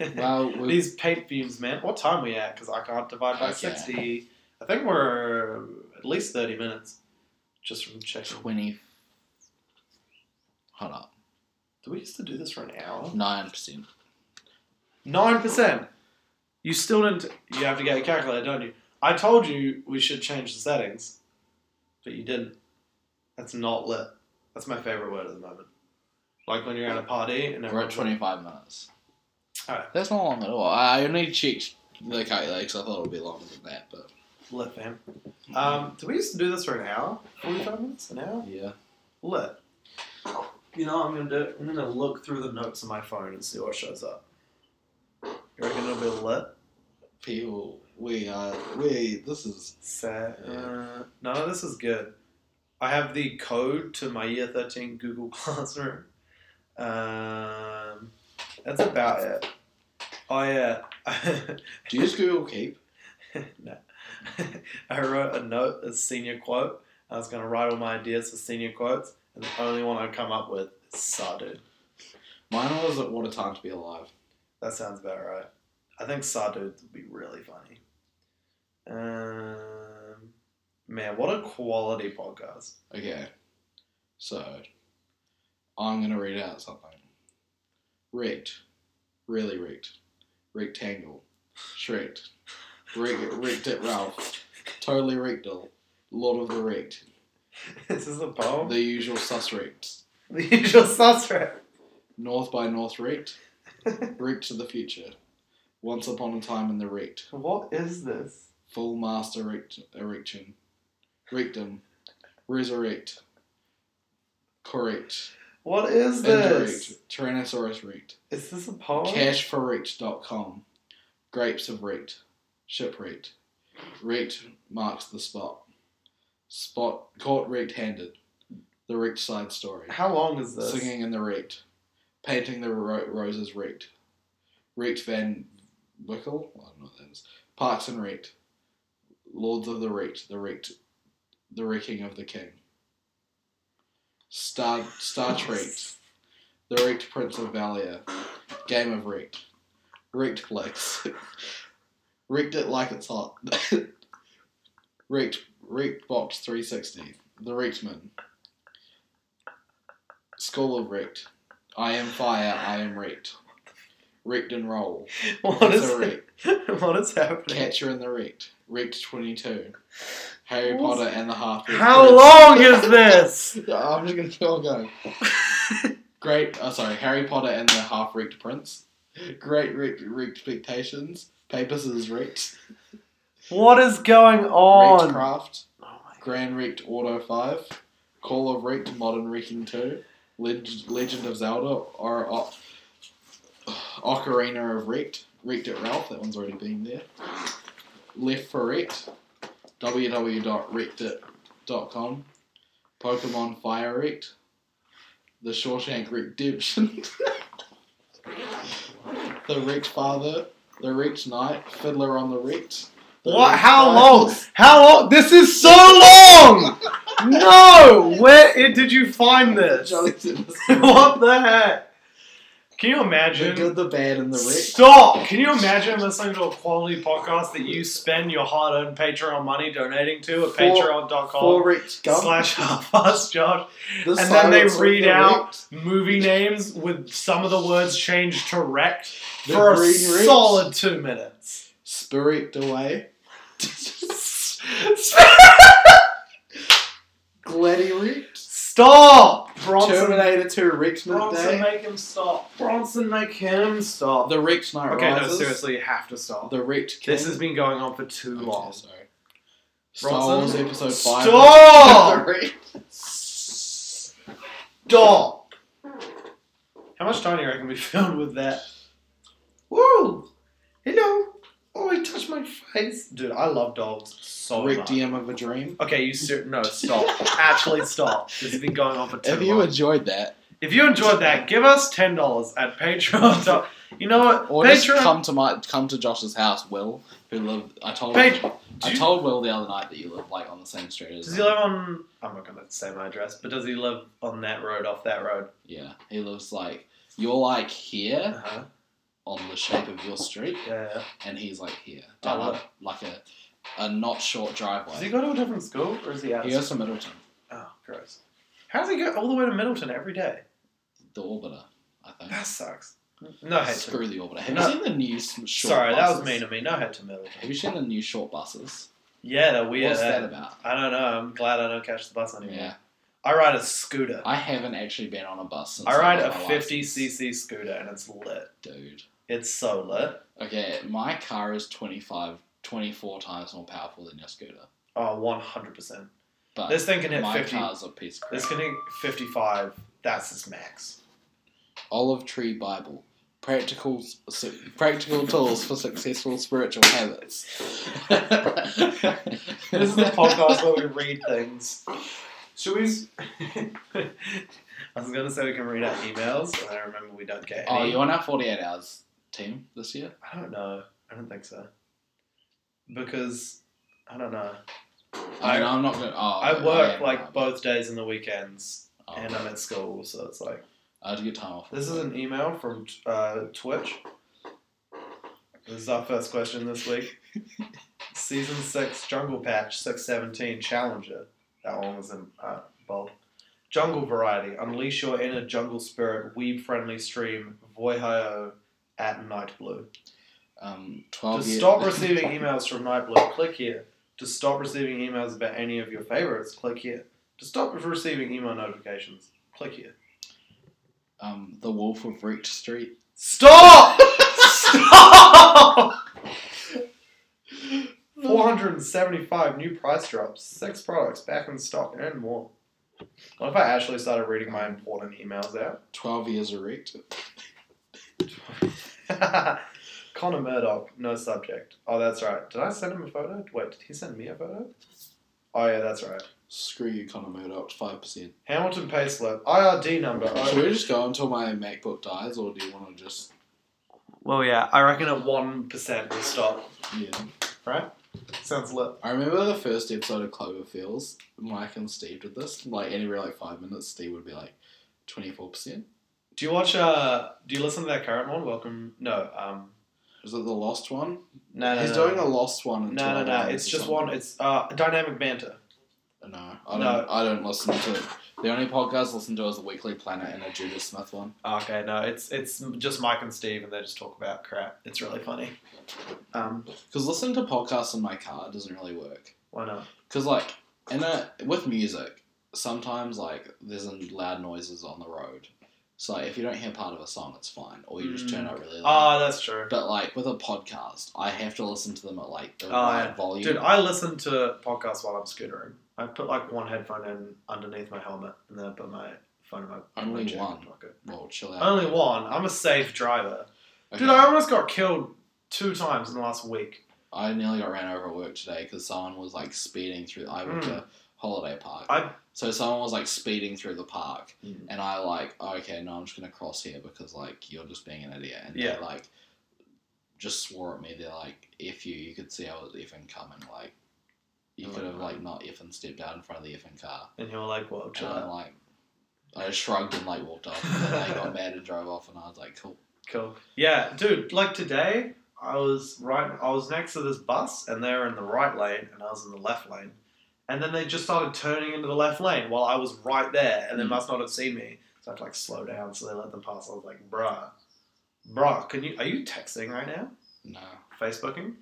B: it.
C: Well, we,
B: These paint fumes, man. What time we at? Because I can't divide by
C: Okay.
B: 60. I think we're at least 30 minutes. Just from checking.
C: twenty. Hold up,
B: Do we used to do this for an hour?
C: nine percent.
B: Nine percent. You still didn't. You have to get a calculator, don't you? I told you we should change the settings, but you didn't. That's not lit. That's my favorite word at the moment. Like when you're at a party and
C: We're at
B: everyone's like,
C: twenty-five minutes.
B: Alright.
C: That's not long at all. I only checked the calculator because I thought it would be longer than that, but
B: lit, fam. Um, do we used to do this for an hour? Forty-five minutes? An hour?
C: yeah.
B: Lit. You know, what I'm gonna do. I'm gonna look through the notes on my phone and see what shows up. You reckon it'll be lit?
C: People, we are we. This is
B: Set.
C: Yeah.
B: Uh, none of this is good. I have the code to my year 13 Google Classroom. Um, that's about it. Oh, yeah.
C: Do you use Google Keep?
B: no. I wrote a note as senior quote. I was going to write all my ideas for senior quotes, and the only one I come up with is Sadu.
C: Mine was "What a Time to Be Alive."
B: That sounds about right. I think Sadu would be really funny. Um, man, what a quality podcast.
C: Okay. So, I'm going to read out something. Rect. Really rect. Rectangle. Shreked. Rect, wrecked it, Ralph. Totally rectal. Lord of the wrecked.
B: This is a poem.
C: The usual suspects.
B: The usual suspect.
C: North by North wrecked. Wrecked to the future. Once upon a time in the wrecked.
B: What is this?
C: Full master rect, erection. Rectum. Resurrect. Correct.
B: What is this?
C: Indirect. Tyrannosaurus wrecked.
B: Is this a poem?
C: Cashforreach.com. Grapes of reet. Shipwrecked. Reet marks the spot. Spot caught reet handed. The reet side story.
B: How long is this?
C: Singing in the reet. Painting the ro- roses reet. Reet Van Wickle? I don't know what that is. Parks and Reet. Lords of the Reet. The Reet. The Wrecking of the King. Star, Star Trek. The Wrecked Prince of Valia. Game of Wrecked. Wrecked Flex. Wrecked it like it's hot. Wrecked, Wrecked Box 360. The Wrecked Man. School of Wrecked. I am fire, I am wrecked. Wrecked and roll.
B: What
C: It's
B: is
C: a
B: it?
C: wreck.
B: What is happening?
C: Catcher in the Wrecked. Wrecked 22. Harry
B: What was-
C: Potter and the Half
B: How long is this?
C: yeah, I'm just gonna keep on going. Great, oh sorry, Harry Potter and the Half Wrecked Prince. Great wrecked, wrecked expectations. Papers is wrecked.
B: What is going
C: Wrecked
B: on?
C: craft.
B: Oh my God.
C: Grand Wrecked Auto Five. Call of Wrecked Modern Wrecking Two. Leg- Legend of Zelda or o- Ocarina of Wrecked. Wrecked at Ralph. That one's already been there. Left for Wrecked. www.wreckedit.com. Pokemon Fire Wrecked. The Shawshank Redemption. the Wrecked Father. The Wrecked Knight. Fiddler on the Wrecked. The
B: What?
C: Wrecked
B: How long?
C: Files.
B: How long? This is so long. No. Where i- did you find this?
C: Johnny's in the
B: What the heck? Can you
C: The
B: imagine?
C: good, the bad, and the rich.
B: Stop! Can you imagine listening to a quality podcast that you spend your hard-earned Patreon money donating to at
C: For- Four
B: patreon.com
C: rich gum.
B: slash half-ass Josh?
C: the
B: and then they
C: silence of
B: read
C: the
B: out
C: rich.
B: movie names with some of the words changed to wrecked
C: The
B: for a
C: green rich.
B: solid two minutes.
C: Spirit away. Gladdy rich.
B: stop! Bronson,
C: Terminator 2 Richmond
B: Bronson
C: Day.
B: make him stop. Bronson make him stop.
C: The Rich Knight
B: okay, no,
C: Rises.
B: seriously, you have to stop.
C: The Rich King.
B: This has been going on for too
C: Okay,
B: long.
C: sorry. Star
B: Bronson?
C: Wars Episode Five.
B: Stop!
C: Three.
B: Stop! How much time do you reckon we filmed with that? Whoa! Hello! Oh, he touched my face. Dude, I love dogs so
C: Rick
B: much.
C: DM of a Dream.
B: Okay, you ser- no stop. Actually, stop. This has been going on for too
C: If
B: long.
C: you enjoyed that,
B: if you enjoyed that, give us ten dollars at Patreon. dot- You know what?
C: or just
B: Patreon.
C: come to my come to Josh's house, Will, who lived. I told
B: Page- do
C: I
B: you-
C: told Will the other night that you live like on the same street as.
B: does he
C: him.
B: live on? I'm not gonna say my address, but does he live on that road off that road?
C: Yeah, he lives like you're like here
B: Uh-huh.
C: on the shape of your street,
B: Yeah.
C: and he's like here down
B: Oh,
C: like, like a a not short
B: Does he
C: driveway.
B: go to a different school or is he out?
C: He
B: of
C: goes to Middleton,
B: Oh, gross. How does he go all the way to Middleton every day?
C: the orbiter, I think.
B: That sucks. No hate to
C: Screw the orbiter. Have
B: No.
C: you seen the new s- short
B: Sorry,
C: buses?
B: that was mean of me. No hate to Middleton.
C: Have you seen the new short buses?
B: Yeah, they're weird.
C: What's that
B: eh?
C: about?
B: I don't know. I'm glad I don't catch the bus anymore.
C: Yeah,
B: I ride a scooter. I,
C: I haven't actually been on a bus since
B: ride a
C: got my license.
B: 50cc scooter and it's lit.
C: Dude,
B: It's so lit.
C: okay, my car is 25, 24 times more powerful than your scooter,
B: Oh, 100%.
C: but
B: This thing can hit
C: my
B: 50.
C: car's a piece of crap.
B: This can hit 55. That's its max.
C: Olive Tree Bible. Practical, su- practical tools for successful spiritual habits.
B: This is the podcast where we read things. Should we? I was gonna say we can read our emails, and I remember we don't get
C: Oh,
B: any.
C: you're on our 48 hours team this year?
B: I don't know. I don't think so. Because I don't know.
C: I mean,
B: I-
C: I'm not going to. Oh,
B: I
C: yeah,
B: work
C: yeah,
B: like
C: right.
B: both days and the weekends,
C: Oh,
B: and I'm at school, so it's like
C: I had a good time off.
B: this is an email from uh, Twitch. This is our first question this week. Season six Jungle Patch six seventeen Challenger. That one was in uh, bold. Jungle variety. Unleash your inner jungle spirit. Weeb friendly stream. Voiho at Night Blue.
C: um, 12
B: to
C: years.
B: stop receiving emails from Nightblue, click here. To stop receiving emails about any of your favorites, click here. To stop receiving email notifications, click here.
C: um, the Wolf of Reach Street.
B: Stop! stop! 475 new price drops, six products back in stock, and more. What if I actually started reading my important emails
C: 12 years erect.
B: out? Connor Murdoch, no subject. Oh, that's right. Did I send him a photo? Wait, did he send me a photo? Oh, yeah, that's right.
C: Screw you, Connor Murdoch, 5%.
B: Hamilton payslip, IRD number. oh.
C: Should we just go until my MacBook dies, or do you want to just.
B: Well, yeah, I reckon at one percent we'll stop.
C: Yeah.
B: Sounds lit.
C: I remember the first episode of Cloverfields, Mike and Steve did this. Like anywhere like five minutes, Steve would be like twenty four percent.
B: Do you watch? Uh, do you listen to that current one? Welcome. No. Um.
C: Is it the lost one?
B: No. no
C: He's
B: no,
C: doing
B: no.
C: a lost one. in
B: No, no,
C: 12
B: no.
C: hours
B: It's
C: or
B: just
C: something. Uh,
B: one. It's uh, dynamic banter.
C: No, I don't.
B: No.
C: I don't listen to. it. The only podcast I listen to is the Weekly Planet and a Judas Smith one.
B: Ah, Okay, no, it's it's just Mike and Steve, and they just talk about crap. It's really funny. Um,
C: Because listening to podcasts in my car doesn't really work.
B: why not?
C: Because like in a with music, sometimes like there's loud noises on the road. So like, if you don't hear part of a song, it's fine, or you just turn
B: Mm.
C: it really loud.
B: Oh, that's true.
C: But like with a podcast, I have to listen to them at like the
B: Oh,
C: right
B: yeah.
C: volume.
B: Dude, I listen to podcasts while I'm scootering. I put like one headphone in underneath my helmet, and then I put my phone in my
C: Only
B: my jacket
C: one.
B: pocket.
C: well, chill out.
B: Only one. I'm a safe driver.
C: Okay.
B: Dude, I almost got killed two times in the last week.
C: I nearly got ran over at work today because someone was like speeding through. I went to holiday park,
B: Hmm. I-
C: so someone was like speeding through the park,
B: Mm.
C: and I like, "Oh, okay, no, I'm just gonna cross here because like you're just being an idiot, and
B: Yeah.
C: they like just swore at me. They're like, "If you, you could see I was effing coming, like." You
B: Oh,
C: could have
B: wow.
C: like not effing stepped out in front of the effing car,
B: And you were like, well,
C: and
B: chill
C: I
B: out.
C: like, I shrugged and like walked off. And then they got mad and drove off, and I was like, "Cool."
B: Cool. Yeah, dude, like today, I was right, I was next to this bus, and they were in the right lane, and I was in the left lane. And then they just started turning into the left lane while I was right there, and they
C: Mm.
B: must not have seen me. So I had to like slow down, so they let them pass. I was like, bruh, bruh, can you, are you texting right now?
C: No,
B: Facebooking?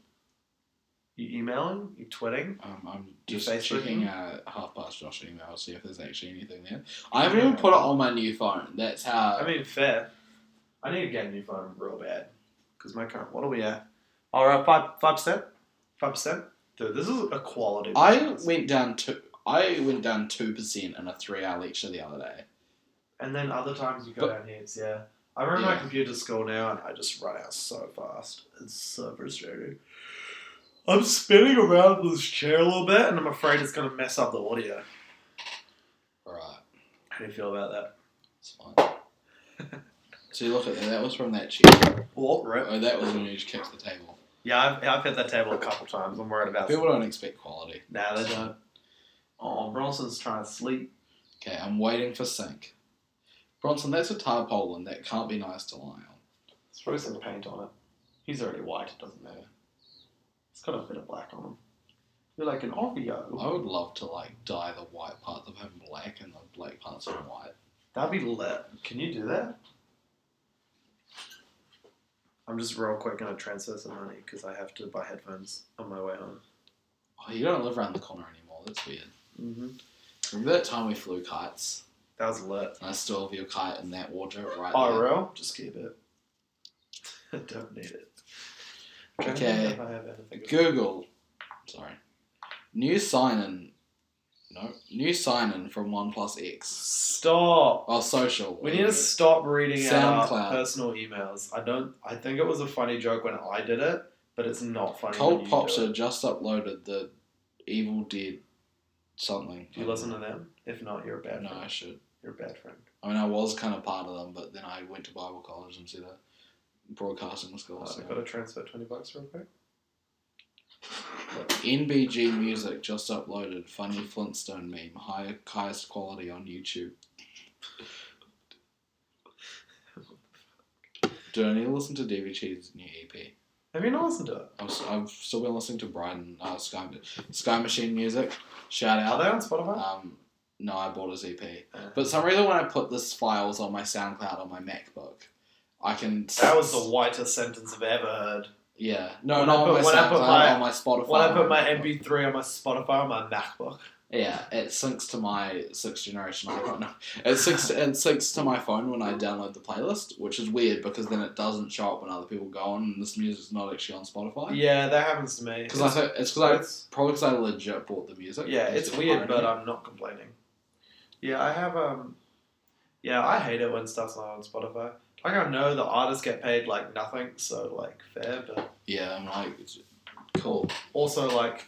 B: You emailing? You twitting?
C: um, I'm
B: You
C: just
B: Facebooking?
C: checking uh, half past Josh email to see if there's actually anything there. I haven't even put it on my new phone. That's how.
B: I mean, fair. I need to get a new phone real bad because my current. What are we at? All right, five five percent, five percent. Dude, this is a quality.
C: I
B: podcast.
C: went down two. I went down two percent in a three-hour lecture the other day.
B: And then other times you go
C: But-
B: down heaps, yeah. I remember my
C: Yeah.
B: computer school now and I just run out so fast. It's so frustrating. I'm spinning around this chair a little bit and I'm afraid it's going to mess up the audio.
C: All right,
B: How do you feel about that?
C: it's fine. so you look at that. That was from that chair.
B: What, rip?
C: Oh, that was when you just kicked the table.
B: Yeah, I've, I've hit that table a couple times. I'm worried about it.
C: People don't expect quality.
B: Nah, they don't. Oh, Bronson's trying to sleep.
C: Okay, I'm waiting for sink. Bronson, that's a tarpaulin. That can't be nice to lie on.
B: Throw some paint on it. He's already white, it doesn't matter. It's got a bit of black on him. You're like an Oreo.
C: I would love to like dye the white parts of him black and the black parts of him white.
B: That'd be lit. Can you do that? I'm just real quick gonna transfer some money because I have to buy headphones on my way home.
C: Oh, you don't live around the corner anymore. That's weird.
B: Mm-hmm.
C: Remember that time we flew kites?
B: That was lit.
C: And I stole your kite in that wardrobe right
B: Oh,
C: there.
B: real? Just keep it. I don't need it. I don't
C: Okay.
B: think If I have anything.
C: Google. Sorry. New sign in. No. New sign in from OnePlus X.
B: Stop.
C: Oh, social.
B: We need to stop reading
C: SoundCloud.
B: our personal emails. I don't. I think it was a funny joke when I did it, but it's not funny. when
C: Cold
B: you
C: Pops
B: do it.
C: have just uploaded the Evil Dead something.
B: Do you listen to them? If not, you're a bad.
C: No, I
B: friend.
C: should.
B: You're a bad friend.
C: I mean, I was kind of part of them, but then I went to Bible college instead of broadcasting school.
B: Uh,
C: so-
B: I've got to transfer twenty bucks real quick.
C: NBG Music just uploaded funny Flintstone meme, high, highest quality on YouTube. Do I need to listen to Davy Cheese's new EP?
B: Have you not listened to it?
C: I've, s- I've still been listening to Brighton uh, Sky Sky Machine Music. Shout
B: Are
C: out.
B: they on Spotify?
C: Um, no, I bought his EP.
B: Uh.
C: But for some reason, when I put this files on my SoundCloud on my MacBook, I can.
B: that was the whitest sentence I've ever heard.
C: Yeah. No,
B: When I
C: not
B: put-
C: on my
B: when I
C: SoundCloud,
B: put my-
C: on my Spotify.
B: When I
C: on
B: put my
C: MacBook.
B: MP3 on my Spotify on my MacBook.
C: Yeah, it syncs to my sixth generation iPhone. It syncs it syncs to my phone when I download the playlist, which is weird because then it doesn't show up when other people go on, and this music's not actually on Spotify.
B: Yeah, that happens to me.
C: because I think it's because
B: it's,
C: I probably because I legit bought the music.
B: yeah, it's weird, but uh,
C: I
B: I'm not complaining. Yeah, I have um, yeah, I hate it when stuff's not on Spotify. Like I know the artists get paid like nothing, so like fair, but
C: yeah, I'm like, it's- cool.
B: also like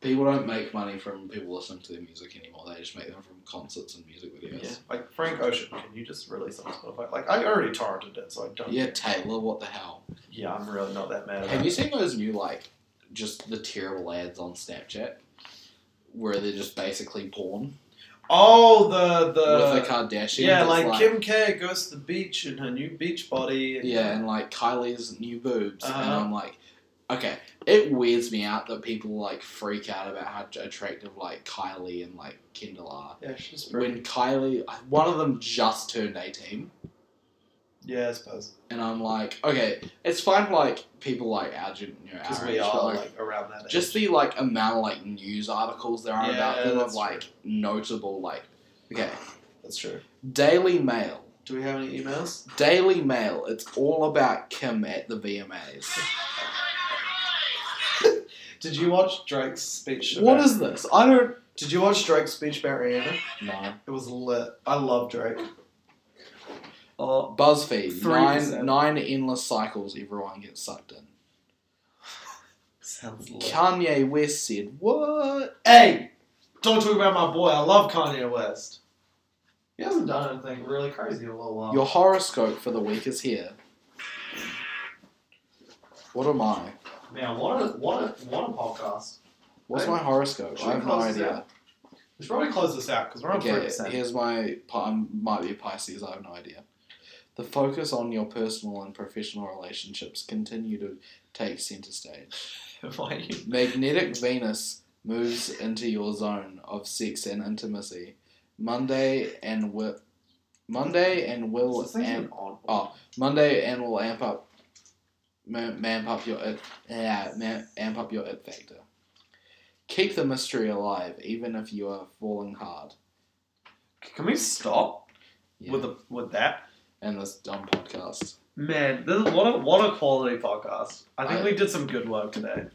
C: People don't make money from people listening to their music anymore. They just make them from concerts and music videos.
B: yeah, like Frank Ocean, can you just release on Spotify? Like I already torrented it, so I don't.
C: Yeah, Taylor, what the hell?
B: yeah, I'm really not that mad. About
C: Have
B: it.
C: you seen those new like just the terrible ads on Snapchat where they're just basically porn
B: Oh, the the
C: with the Kardashians?
B: Yeah,
C: It's
B: like, Kim K goes to the beach in her new beach body. And
C: Yeah, and like Kylie's new boobs, and
B: Uh-huh.
C: I'm like, okay, it weirds me out that people like freak out about how attractive like Kylie and like Kendall are.
B: yeah, she's pretty.
C: When Kylie, one of them just turned 18,
B: yeah, I suppose
C: and I'm like, okay, it's fine for like people like our gen, you know,
B: because
C: our
B: we
C: age, but,
B: are
C: like,
B: like, around that.
C: just
B: age.
C: the like amount of like news articles there are
B: Yeah,
C: about them of
B: that's
C: like notable like okay
B: that's true.
C: daily mail
B: Do we have any emails?
C: daily mail it's all about kim at the vmas
B: Did you watch Drake's speech?
C: what
B: about-
C: is this i don't
B: Did you watch Drake's speech about Rihanna?
C: know
B: It was lit. I love Drake. Oh,
C: buzzfeed
B: Three
C: nine,
B: percent.
C: nine endless cycles everyone gets sucked in
B: sounds lit.
C: kanye west said what
B: hey, don't talk about my boy. I love Kanye West. He hasn't done anything really crazy in a little while.
C: your horoscope for the week is here what am i
B: Man, what a what a what a podcast.
C: what's my horoscope i have no idea
B: We should probably close this out because we're on three
C: Okay,
B: percent.
C: here's my. I might be a Pisces. I have no idea. The focus on your personal and professional relationships continue to take center stage.
B: Why are you
C: Magnetic Venus moves into your zone of sex and intimacy. Monday and will. Monday and will amp.
B: oh.
C: Oh, Monday and will amp up. ma- Mamp up your it. Yeah, ma- amp up your it factor. Keep the mystery alive, even if you are falling hard.
B: Can we stop
C: Yeah.
B: with the with that?
C: and this dumb podcast.
B: Man, this is what a what a quality podcast. I think
C: I-
B: we did some good work today.